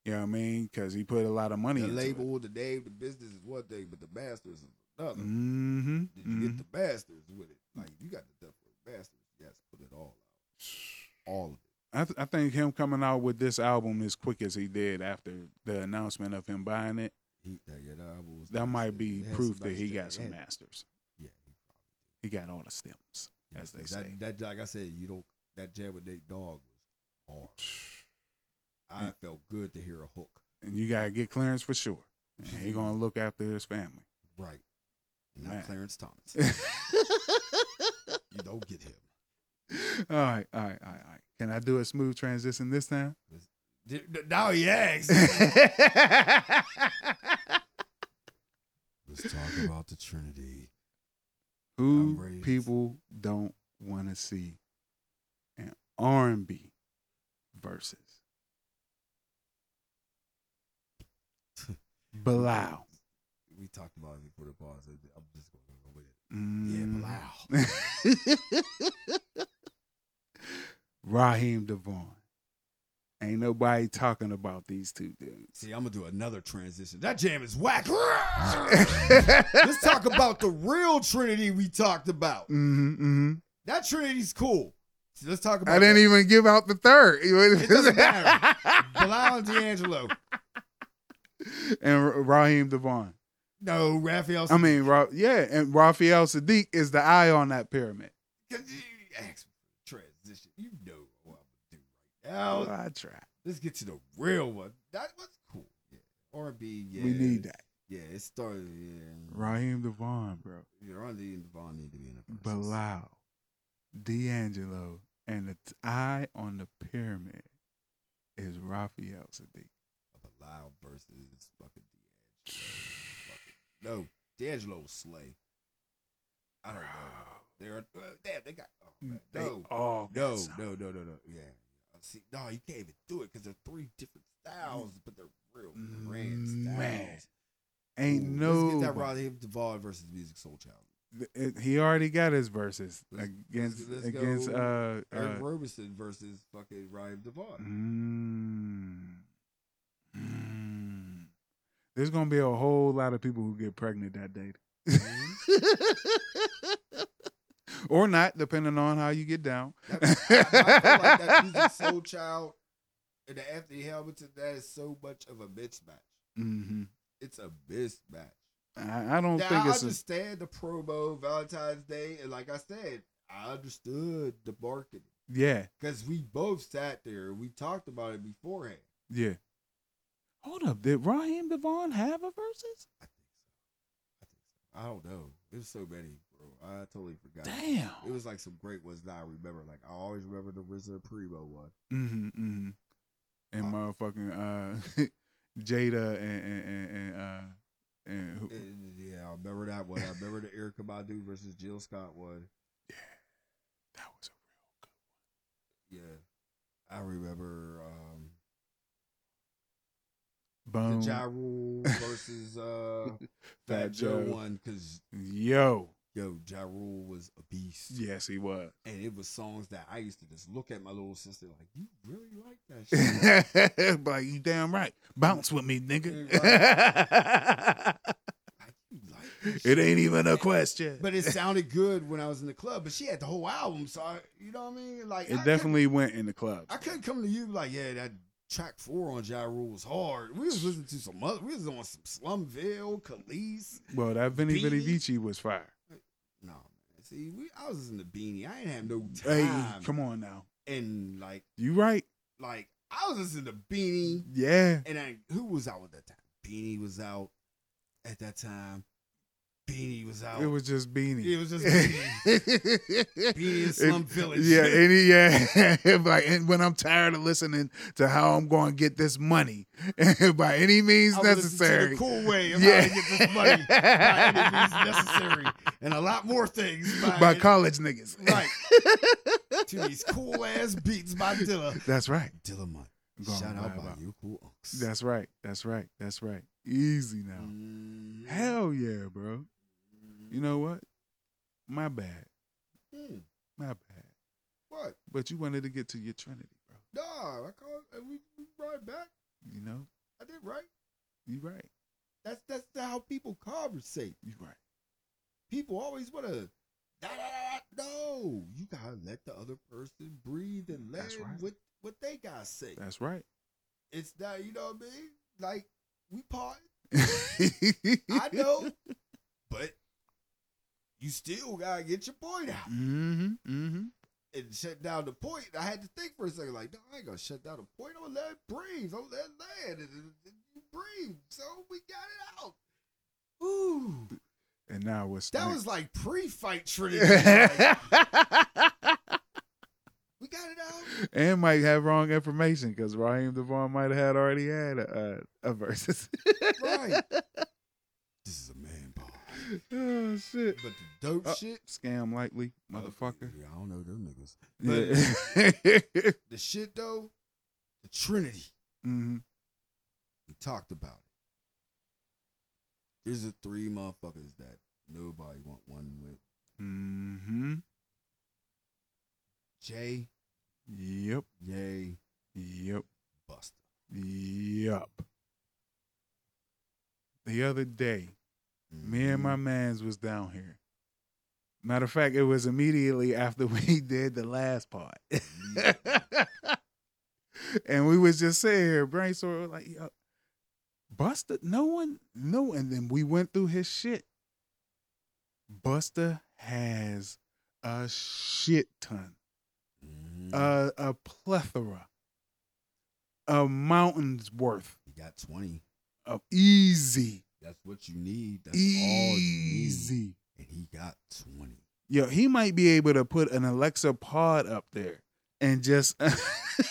You know what I mean? Because he put a lot of money The into label, the name, the business is one thing, but the masters is It. another. Mm-hmm. Did you get the masters with it? Like you got the definite masters. Yes, put it all out, all of it. I, th- I think him coming out with this album as quick as he did after the announcement of him buying it, He, that, yeah, that, album was that nice. might It- be it had proof some that nice he shit. got It some had- masters. Yeah, he He got all the stems. Yeah, as they that, say. That, like I said, you don't that jam with Nate Dogg [sighs] was hard. I felt good to hear a hook. And you gotta get clearance for sure. And he [laughs] gonna look after his family. Right. Not Man. Clarence Thomas. [laughs] you don't get him. all right, all right, all right, all right. Can I do a smooth transition this time? Th- th- Now he asks. [laughs] Let's talk about the Trinity. Who I'm raised- people don't want to see an R&B [laughs] versus Bilal. We talked about it before the pause. I- I'm just going to go with it. Yeah, Mm. Bilal. [laughs] Raheem Devon. Ain't nobody talking about these two dudes. See, I'm gonna do another transition. That jam is [laughs] whack. Let's talk about the real Trinity we talked about. [laughs] Mm-hmm, mm-hmm. That Trinity's cool. See, let's talk about I didn't that. even give out the third. [laughs] It doesn't matter. Bilal and D'Angelo. and Raheem Devon. No, Raphael. I mean, Ra- yeah, and Raphael Sadiq is the eye on that pyramid. Because you ask me for transition. You know what I'm gonna do Oh, right now. I try. Let's get to the real one. That was cool. Yeah. R and B, yeah. We need that. Yeah, it started yeah. Raheem Devon, bro. You know, R&B and Devon need to be in the verses. Bilal, D'Angelo, and the t- eye on the pyramid is Raphael Sadiq. Bilal versus fucking D'Angelo. Fucking- No, D'Angelo was slay. I don't know. They're uh, damn, they got oh, man. They no. all got No, something. no, no, no, no. Yeah. Uh, See, no, you can't even do it because they're three different styles, but they're real grand styles. Man. Ain't Ooh, no. Let's get that Raheem Devon versus Music Soul Child. He already got his verses Let's- against let's against uh, Eric uh Robinson versus fucking Raheem Devon. Mm. Mm. There's gonna be a whole lot of people who get pregnant that day. [laughs] Mm-hmm. or not, depending on how you get down. That- I, I feel [laughs] like that Music Soul Child and the Anthony Hamilton, that is so much of a mismatch. hmm It's a mismatch. I, I don't Mm-hmm. Now, think I it's a, understand the promo Valentine's Day, and like I said, I understood the marketing. yeah, Because we both sat there. We talked about it beforehand. yeah. Hold up, did Raheem Devon have a versus? I think so. I think so. I don't know. There's so many, bro. I totally forgot. Damn. It was like some great ones that I remember. Like I always remember the Wizard of Primo one. Mm-hmm, mm-hmm. And motherfucking uh, [laughs] Jada and and and, and uh and who, And, yeah, I remember that one. I remember the Erica Badu versus Jill Scott one. that was a Yeah. I remember um real good. the Ja Boom. Rule [laughs] versus uh Fat Um, Fat Joe Joe. one because Yo. yo, Ja Rule was a beast. Yes, he [laughs] was. And it was songs that I used to just look at my little sister like, You really [laughs] like that shit? but you damn right. Bounce with me, nigga. [laughs] Mm, Like, you like that it shit? ain't even a question. But it sounded good when I was in the club. But she had the whole album, so I, you know what I mean. Like I it couldn't- definitely went in the club. I couldn't come to you like, yeah, that track four on Ja Rule was hard. We was listening to some other, we was on some Slumville, Khalees. Well, that Vinny Vinny Beanie. Vici was fire. No, man. see, we I was in the beanie. I ain't have no Hey, time. come on now. And like, You right? like I was just in the beanie, Yeah. and I who was out at that time? Beanie was out at that time. Beanie was out. It was just Beanie. [laughs] It was just Beanie. Beanie in Slum It- Village. Yeah, and he, yeah. [laughs] like, and when I'm tired of listening to how I'm going to get this money [laughs] by any means I would listen to necessary. The cool way of Yeah. how to get this money [laughs] by any means necessary, and a lot more things by, by college niggas. right to these cool ass beats by [laughs] Dilla. That's right. Dilla Mike, I'm going shout live out by out. you cool unks. That's right. That's right. That's right. Easy now. Mhm. Hell yeah, bro. You know what? My bad. Hmm, My bad. what? But you wanted to get to your Trinity, bro. Nah, I called. uh, We, we brought it back. You know? I did right. You right. That's that's how people conversate. You right. People always want to. No, you gotta let the other person breathe and let That's right. what what they gotta say. That's [laughs] right. [laughs] it's not, you know what I mean? Like, we part. Mm-hmm. I [laughs] know, but you still gotta get your point out Mm-hmm. Mm-hmm. and shut down the point. I had to think for a second, like, no, I ain't gonna shut down the point. I'm gonna let it breathe. I'm gonna let it land. And, and, and you breathe. So we got it out. Ooh, And now what's that next? was like [laughs] pre-fight Trinity. Like, and we got it out. might have wrong information because Raheem Devon might have had already had a, a, a versus. [laughs] Right. this is a man ball. oh shit! But the dope Uh, shit, Scam lightly, motherfucker. Oh, Yeah, I don't know them niggas. But- uh, [laughs] Yeah. The shit though, the Trinity. hmm We talked about it. There's the three motherfuckers that nobody want one with. hmm Jay, Yep. Yay, Yep. Buster. Yep. The other day, me and my mans was down here. Matter of fact, it was immediately after [laughs] we did the last part. [laughs] and we was just sitting here brainstorming like yo, Buster, no one, no, and then we went through his shit. Buster has a shit ton, Mhm. a, a plethora, a mountain's worth you got 20. of easy, That's what you need. That's all you need. easy. And he got 20. Yo, he might be able to put an Alexa pod up there and just [laughs] He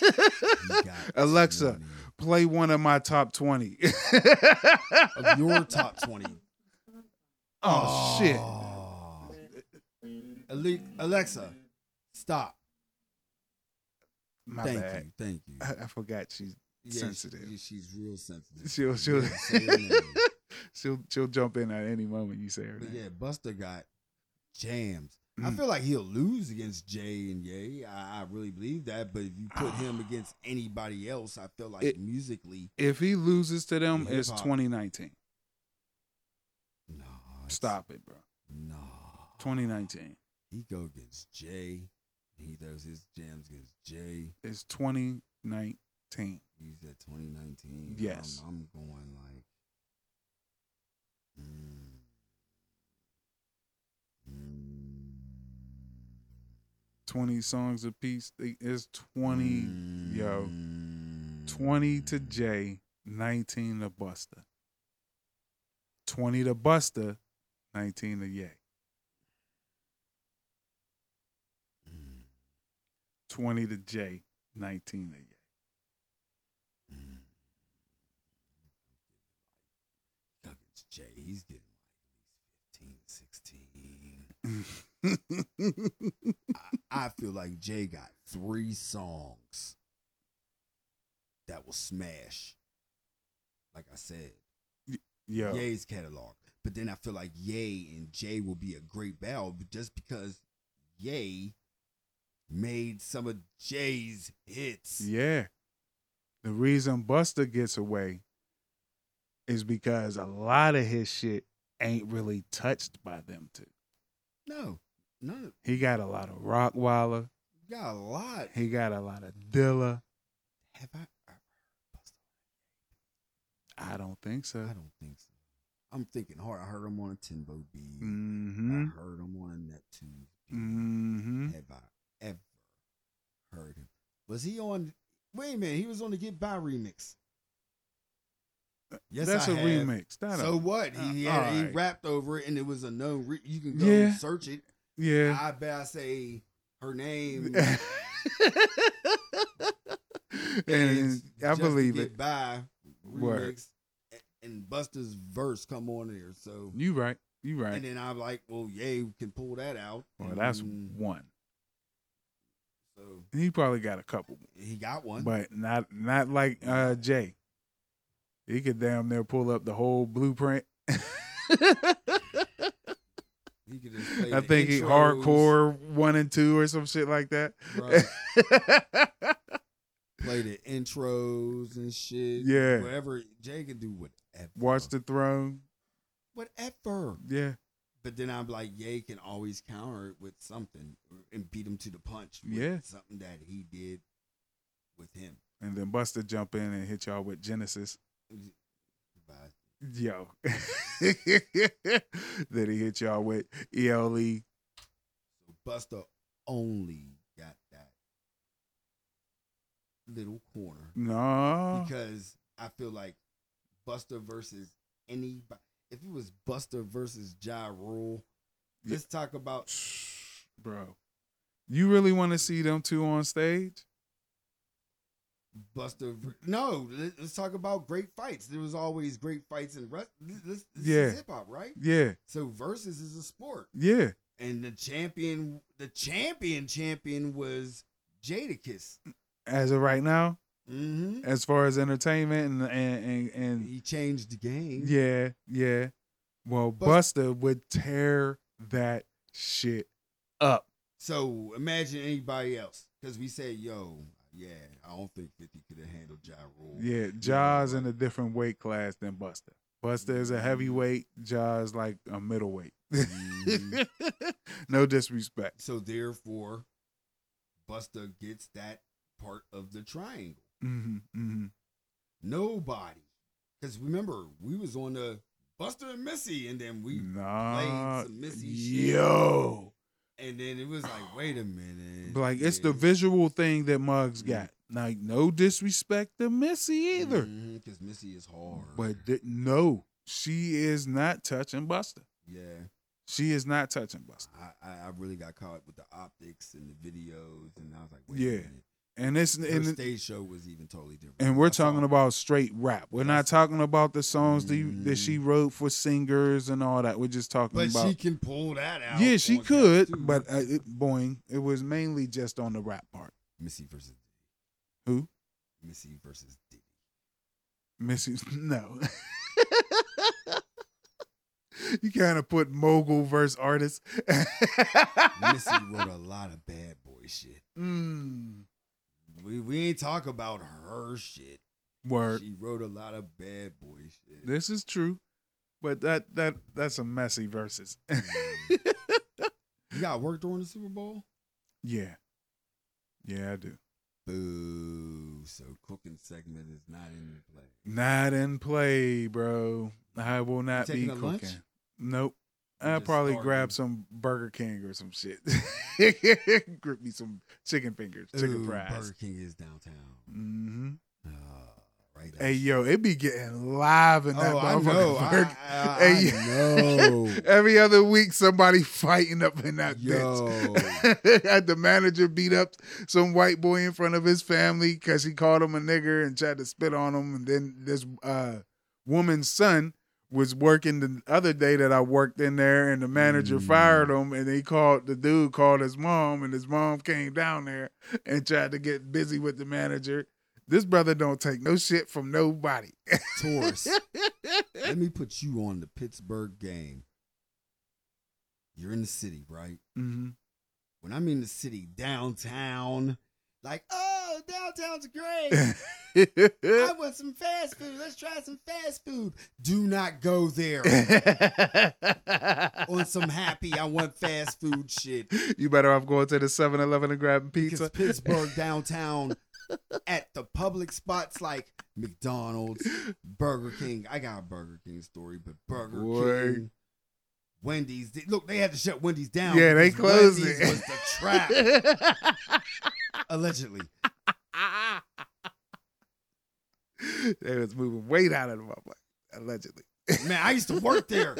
got Alexa, 20 play one of my top 20. Of your top 20. [laughs] oh, shit. shit. Ah. Alexa, stop. My thank bad. you. Thank [laughs] you. I, I forgot she's she- sensitive. yeah, she's real sensitive. She'll- You she'll- gotta say her name. [laughs] she'll she'll jump in at any moment you say her But name. yeah, Buster got jams. I Mm. feel like he'll lose against Jay and Ye. I, I really believe that. But if you [sighs] put him against anybody else, I feel like It- musically, If he loses to them, it's Hip-hop. 2019. no. Stop it, bro. No. 2019. He go against Jay. He throws his jams against Jay. It's 2019. He's at 2019. Yes. I'm, I'm going like. Mm, mm, 20 songs apiece. They- It's 20. mm, yo. 20 to Jay, 19 to Buster. 20 to Buster, 19 to Ye. 20 to Jay, 19 to Ye. Nuggets, Jay, he's getting like 15, 16. I feel like Jay got three songs that will smash. Like I said, [laughs] Yo, Ye's catalog. But then I feel like Ye and Jay will be a great battle but just because Ye made some of Jay's hits. yeah. The reason Buster gets away is because a lot of his shit ain't really touched by them two. No, no, He got a lot of Rockwaller. you got a lot. He got a lot of Dilla. Have I? I I don't think so. don't think so. I'm thinking hard. I heard him on a Timbo beat. Mm-hmm. I heard him on a Neptune. beat. Mm-hmm. Have I ever heard him? Was he on? Wait a minute. He was on the Get By remix. Yes, That's I a have. remix. That So so, what? Uh, He had, he alright. rapped over it, and it was a known. Re- you can go Yeah. and search it. yeah. I bet I say [laughs] her name. and I Just to believe get it. By Word. remix, a- and Buster's verse come on there. So You right. You right. and then I'm like, well, yeah, we can pull that out. well, that's And one. so And He probably got a couple, he got one. but not not like uh Jay. He could damn near pull up the whole blueprint. he could just [laughs] play I the think he intros. hardcore one and two or some shit like that. Right. play the intros and shit. Yeah. whatever. Jay can do whatever. [laughs] Watch the throne. whatever. Yeah. But then I'm like, Ye can always counter it with something and beat him to the punch. With Yeah. something that he did with him. And then Buster jump in and hit y'all with Genesis. By- Yo. [laughs] then he hit y'all with E ELE. So Buster only got that little corner No. because I feel like Buster versus anybody. If it was Buster versus Ja Rule, Yeah. let's talk about Bro. You really want to see them two on stage? Buster. ver- No, let- let's talk about great fights. There was always great fights in wrestling. This, this Yeah. is hip hop, right? Yeah. So versus is a sport, Yeah. and the champion, the champion, champion was Jadakiss. As of right now, Mm-hmm. as far as entertainment and and and, and He changed the game. yeah, yeah. Well, Bus- Buster would tear that shit up. So imagine anybody else, because we said, "Yo, yeah, I don't think Fifty could have handled Ja Rule." Yeah, Jaws in a different weight class than Buster. Buster is a heavyweight, Jaws like a middleweight. [laughs] Mhm. no disrespect. so therefore, Buster gets that part of the triangle. hmm hmm Nobody, because remember we was on the Buster and Missy, and then Mm. we Nah, some Missy shit. yo, And then it was like, wait a minute. like it's the yeah. visual thing that Muggs Mhm. got. Like no disrespect to Missy either. Mm-hmm. Because Missy is hard. But th- no, she is not touching Buster. yeah, She is not touching Buster. I, I I really got caught with the optics and the videos, and I was like, wait Yeah. a minute. And it's Her and, stage show was even totally different. and we're I saw talking about straight rap. We're not That's- talking about the songs that, you, that Mm. she wrote for singers and all that. We're just talking But about. she can pull that out. yeah, she on Cats could, too. but uh, it, boing, it was mainly just on the rap part. Missy versus Who? Missy versus Diddy. Missy? [laughs] No. you kind of put mogul versus artist. Missy wrote a lot of bad boy shit. [laughs] Mm. We we ain't talk about her shit. Word. She wrote a lot of bad boy shit. This is true, but that that that's a messy verses. [laughs] you got work during the Super Bowl? yeah, yeah, I do. Boo. So cooking segment is not in the play. Not in play, bro. I will not be taking cooking. a lunch? Nope. You I'll just probably starving. grab some Burger King or some shit. [laughs] Grip me some chicken fingers, chicken Ooh, fries. Burger King is downtown. hmm Ah, right. Hey yo, it be getting live in that oh, I motherfucking know. I, Burger. I, I Hey, [laughs] know. Every other week, somebody [laughs] fighting up in that bitch. Yo. [laughs] had the manager beat up some white boy in front of his family because he called him a nigger and tried to spit on him. And then this uh, woman's son was working the other day that I worked in there, and the manager Mm. fired him. And he called the dude called his mom, and his mom came down there and tried to get busy with the manager. This brother don't take no shit from nobody. Taurus. Let me put you on the Pittsburgh game. You're in the city, right? Mm-hmm. When I'm in the city, downtown, like, oh, [laughs] downtown's great. I want some fast food. Let's try some fast food. Do not go there [laughs] on some happy, I want fast food shit. you better off going to the 7-Eleven and grabbing Because pizza. Pittsburgh downtown at the public spots like McDonald's, Burger King. I got a Burger King story, but Burger Boy. King, Wendy's. They, look, they had to shut Wendy's down. Yeah, they because closed Wendy's it. Was the trap [laughs] allegedly? they was moving weight out of the motherfucker. allegedly. Man, I used to work there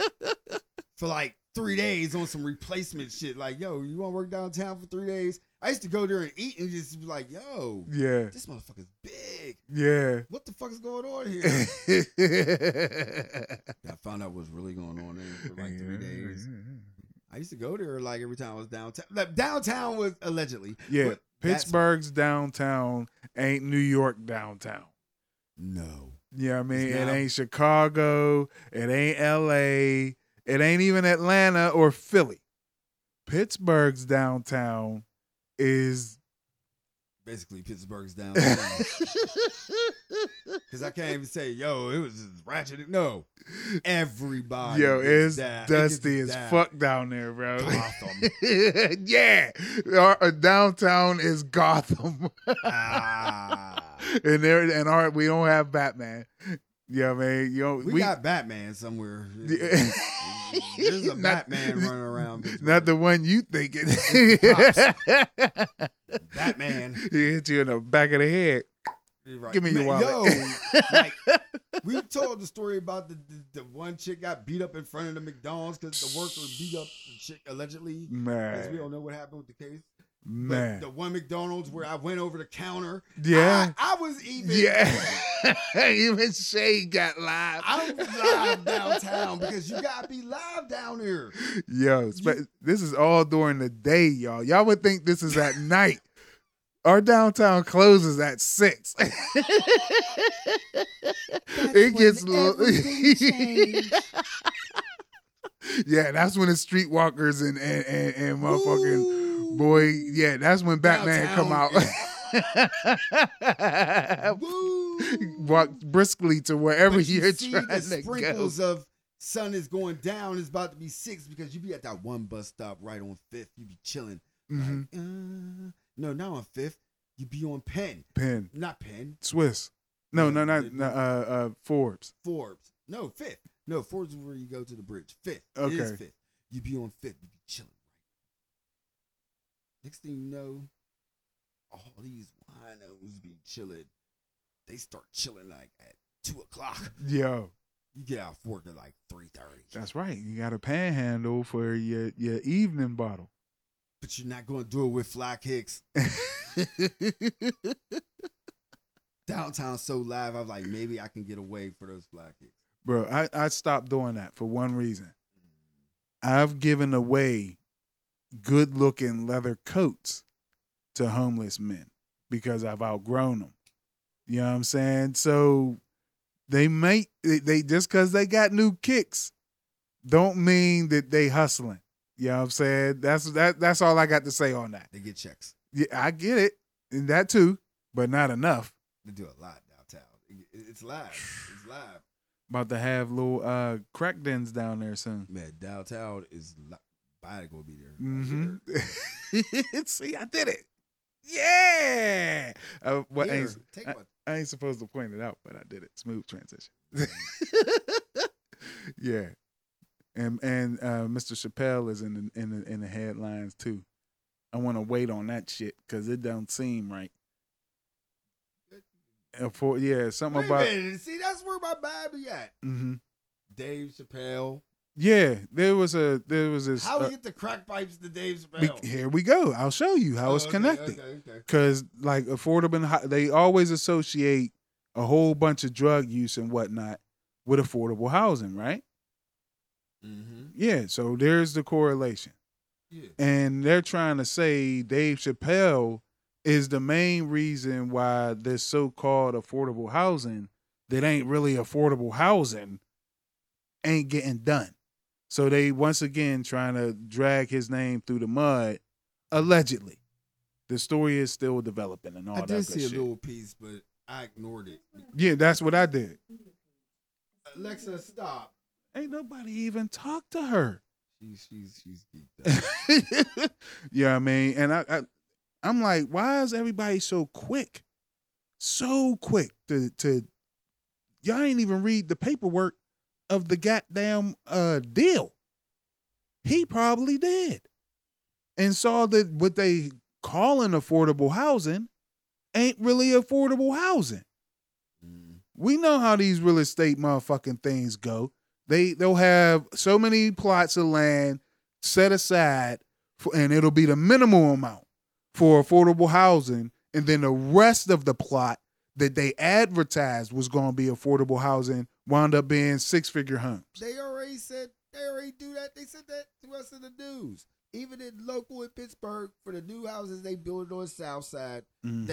for like three days on some replacement shit. Like, yo, you want to work downtown for three days? I used to go there and eat and just be like, yo, Yeah, this motherfucker's big. yeah. What the fuck is going on [laughs] here? Three I found out what's really going on there for [laughs] like three days. I used to go there like every time I was downtown. Like, downtown was allegedly. Yeah, but that's- Pittsburgh's downtown ain't New York downtown. No. Yeah, I mean, now- it ain't Chicago, it ain't LA, it ain't even Atlanta or Philly. Pittsburgh's downtown is Basically, Pittsburgh's [laughs] downtown. Because I can't even say, yo, it was just ratchet. No. Everybody. yo, Oh, it's is down- it gets dusty as down. fuck down there, bro. Gotham. [laughs] yeah, our, our downtown is Gotham, [laughs] ah. and there and our we don't have Batman. Yeah, man, you know, We, [laughs] got Batman somewhere. Yeah. There's [laughs] a Not- Batman running [laughs] around. Not the one you thinking. [laughs] Batman. He hit you in the back of the head. You're right. [laughs] Give me your Man, wallet. Yo, [laughs] like, we told the story about the, the the one chick got beat up in front of the McDonald's because the worker beat up the chick allegedly. Because we Man, don't know what happened with the case. But man, the one McDonald's where I went over the counter. yeah, I, I was even. yeah. [laughs] Even Shay got live. I was live downtown because you gotta be live down [laughs] here. Yo, spe- this is all during the day, y'all. Y'all would think this is [laughs] at night. Our downtown closes at six. [laughs] it gets little. [laughs] yeah, that's when the streetwalkers and and and, and motherfucking Ooh. boy. Yeah, that's when Batman come Downtown out. Woo. [laughs] Walk briskly to wherever But you you're see trying the to go. sprinkles of sun is going down. It's about to be six because you be at that one bus stop right on Fifth. You be chilling. hmm Like, uh, no, not on Fifth. You be on Penn, Penn not Penn. Swiss. No, no, No, not no, no, uh, uh, Forbes. Forbes. No, Fifth. No, Forbes is where you go to the bridge. Fifth. It is Okay. Fifth. You be on Fifth. You be chilling. Next thing you know, all these winos be chilling. They start chilling like at two o'clock. Yo, You get out of work at like three thirty. that's right. You got a panhandle for your your evening bottle. But you're not going to do it with fly kicks. Downtown so live, I was like, maybe I can get away for those fly kicks. Bro, I, I stopped doing that for one reason. I've given away good looking leather coats to homeless men because I've outgrown them. You know what I'm saying? So they might they, they just cause they got new kicks don't mean that they hustling. You know what I'm saying? That's that that's all I got to say on that. They get checks. Yeah, I get it. And that too, but not enough. They do a lot downtown. It- it- It's live. It's live. About to have little uh crack dens down there soon. Man, downtown is li- body gonna be there. hmm [laughs] See, I did it. Yeah. Uh, well, I, Here, ain't, take one. I ain't supposed to point it out, but I did it. Smooth transition. Mm-hmm. [laughs] yeah. And and uh, Mr. Chappelle is in the, in the in the headlines too. I want to wait on that shit because it don't seem right. Uh, For yeah, something Wait a about minute. See, that's where my vibe be at. hmm Dave Chappelle. yeah. There was a there was this. How uh, we get the crack pipes to Dave be- Chappelle? here we go. I'll show you how Oh, it's okay, connected. Okay, okay. because like affordable and hou- they always associate a whole bunch of drug use and whatnot with affordable housing right Mm-hmm. yeah so there's the correlation Yeah. and they're trying to say dave chappelle is the main reason why this so-called affordable housing that ain't really affordable housing ain't getting done so they once again trying to drag his name through the mud allegedly the story is still developing and all I that did good see a shit. little piece, but I ignored it. Yeah, that's what I did. Alexa, stop. Ain't nobody even talked to her. She's she's she's [laughs] geeked yeah, out. I mean, and I, I, I'm like, why is everybody so quick, so quick to to? Y'all ain't even read the paperwork of the goddamn uh deal. He probably did, and saw that what they calling affordable housing ain't really affordable housing. Mm. We know how these real estate motherfucking things go. They they'll have so many plots of land set aside, for, and it'll be the minimal amount for affordable housing, and then the rest of the plot that they advertised was going to be affordable housing wound up being six figure homes. They already said they already do that. They said that to us in the news. Even in local in Pittsburgh, for the new houses they build on the South Side, Mhm.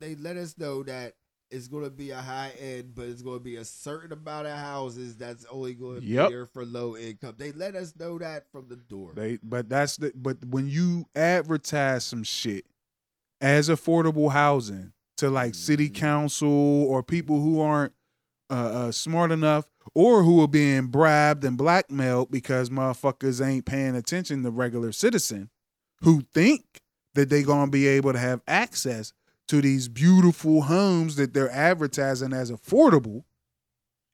they they let us know that it's going to be a high end, but it's going to be a certain amount of houses that's only going to Yep. be there for low income. They let us know that from the door. They but that's the but when you advertise some shit as affordable housing to like city Mhm. council or people who aren't uh, uh smart enough or who are being bribed and blackmailed because motherfuckers ain't paying attention to regular citizen who think that they gonna be able to have access to these beautiful homes that they're advertising as affordable.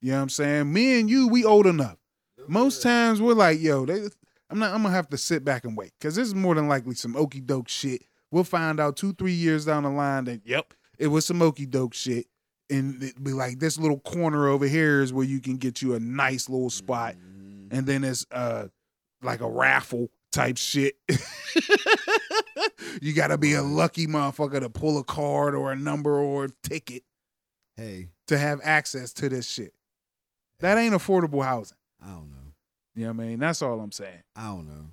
You know what I'm saying? Me and you, we old enough. Most times we're like, yo, they, I'm not. I'm gonna have to sit back and wait because this is more than likely some okey doke shit. We'll find out two, three years down the line that yep, it was some okey doke shit, and it'd be like this little corner over here is where you can get you a nice little spot, Mhm. and then it's uh like a raffle type shit. [laughs] you gotta be a lucky motherfucker to pull a card or a number or a ticket Hey, to have access to this shit. That ain't affordable housing. I don't know. You know what I mean? That's all I'm saying. I don't know.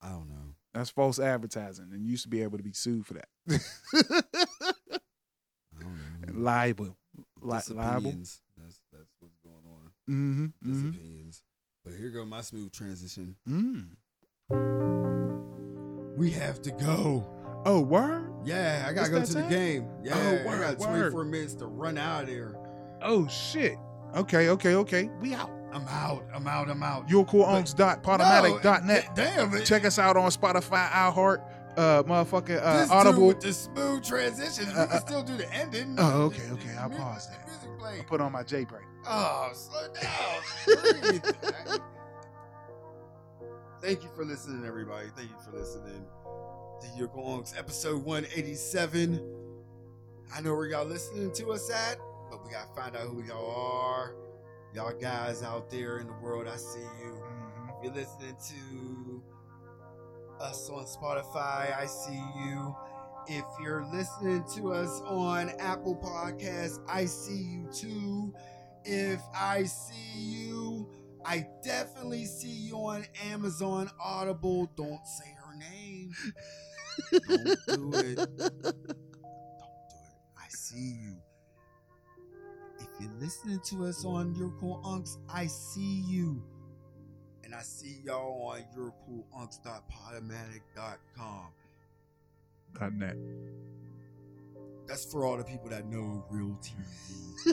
I don't know. That's false advertising, and you used to be able to be sued for that. [laughs] I don't know. liable, Li- liable. Disopinions. That's that's what's going on. Mm-hmm. Disopinions. But here go my smooth transition. Mm. We have to go. Oh, word. Yeah, I gotta It's go that to the time? Oh, game. Yeah, word, I got word. 24 minutes to run out of there. Oh shit. Okay, okay, okay. We out. I'm out. I'm out. I'm out. Yourcoolonks.podomatic.net. No, damn it. Check us out on Spotify, iHeart, uh, motherfucking uh, this Dude Audible. with the smooth transitions. Uh, we can uh, still do the ending. Oh, okay, okay. I'll Mu- pause that. Music play. Put on my J break. Oh, slow [laughs] down. Breathe. Thank you for listening, everybody. Thank you for listening to Your Gongs, episode 187. I know where y'all listening to us at, but we got to find out who y'all are. Y'all guys out there in the world, I see you. Mm-hmm. If you're listening to us on Spotify, I see you. If you're listening to us on Apple Podcasts, I see you too. If I see you, I definitely see you on Amazon Audible. Don't say her name. Don't do it. Don't do it. I see you. If you're listening to us on Your Cool Unks, I see you. And I see y'all on yourcoolunks.podomatic.com. Dot net. That's for all the people that know real TV.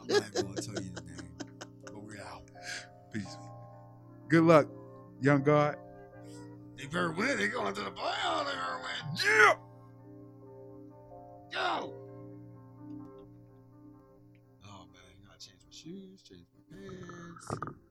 I'm not even going to tell you the name, but we're out. Peace. Good luck, young God. They better win. They going to the playoff. They better win. Yeah. Yo. Oh man, I gotta change my shoes, change my pants.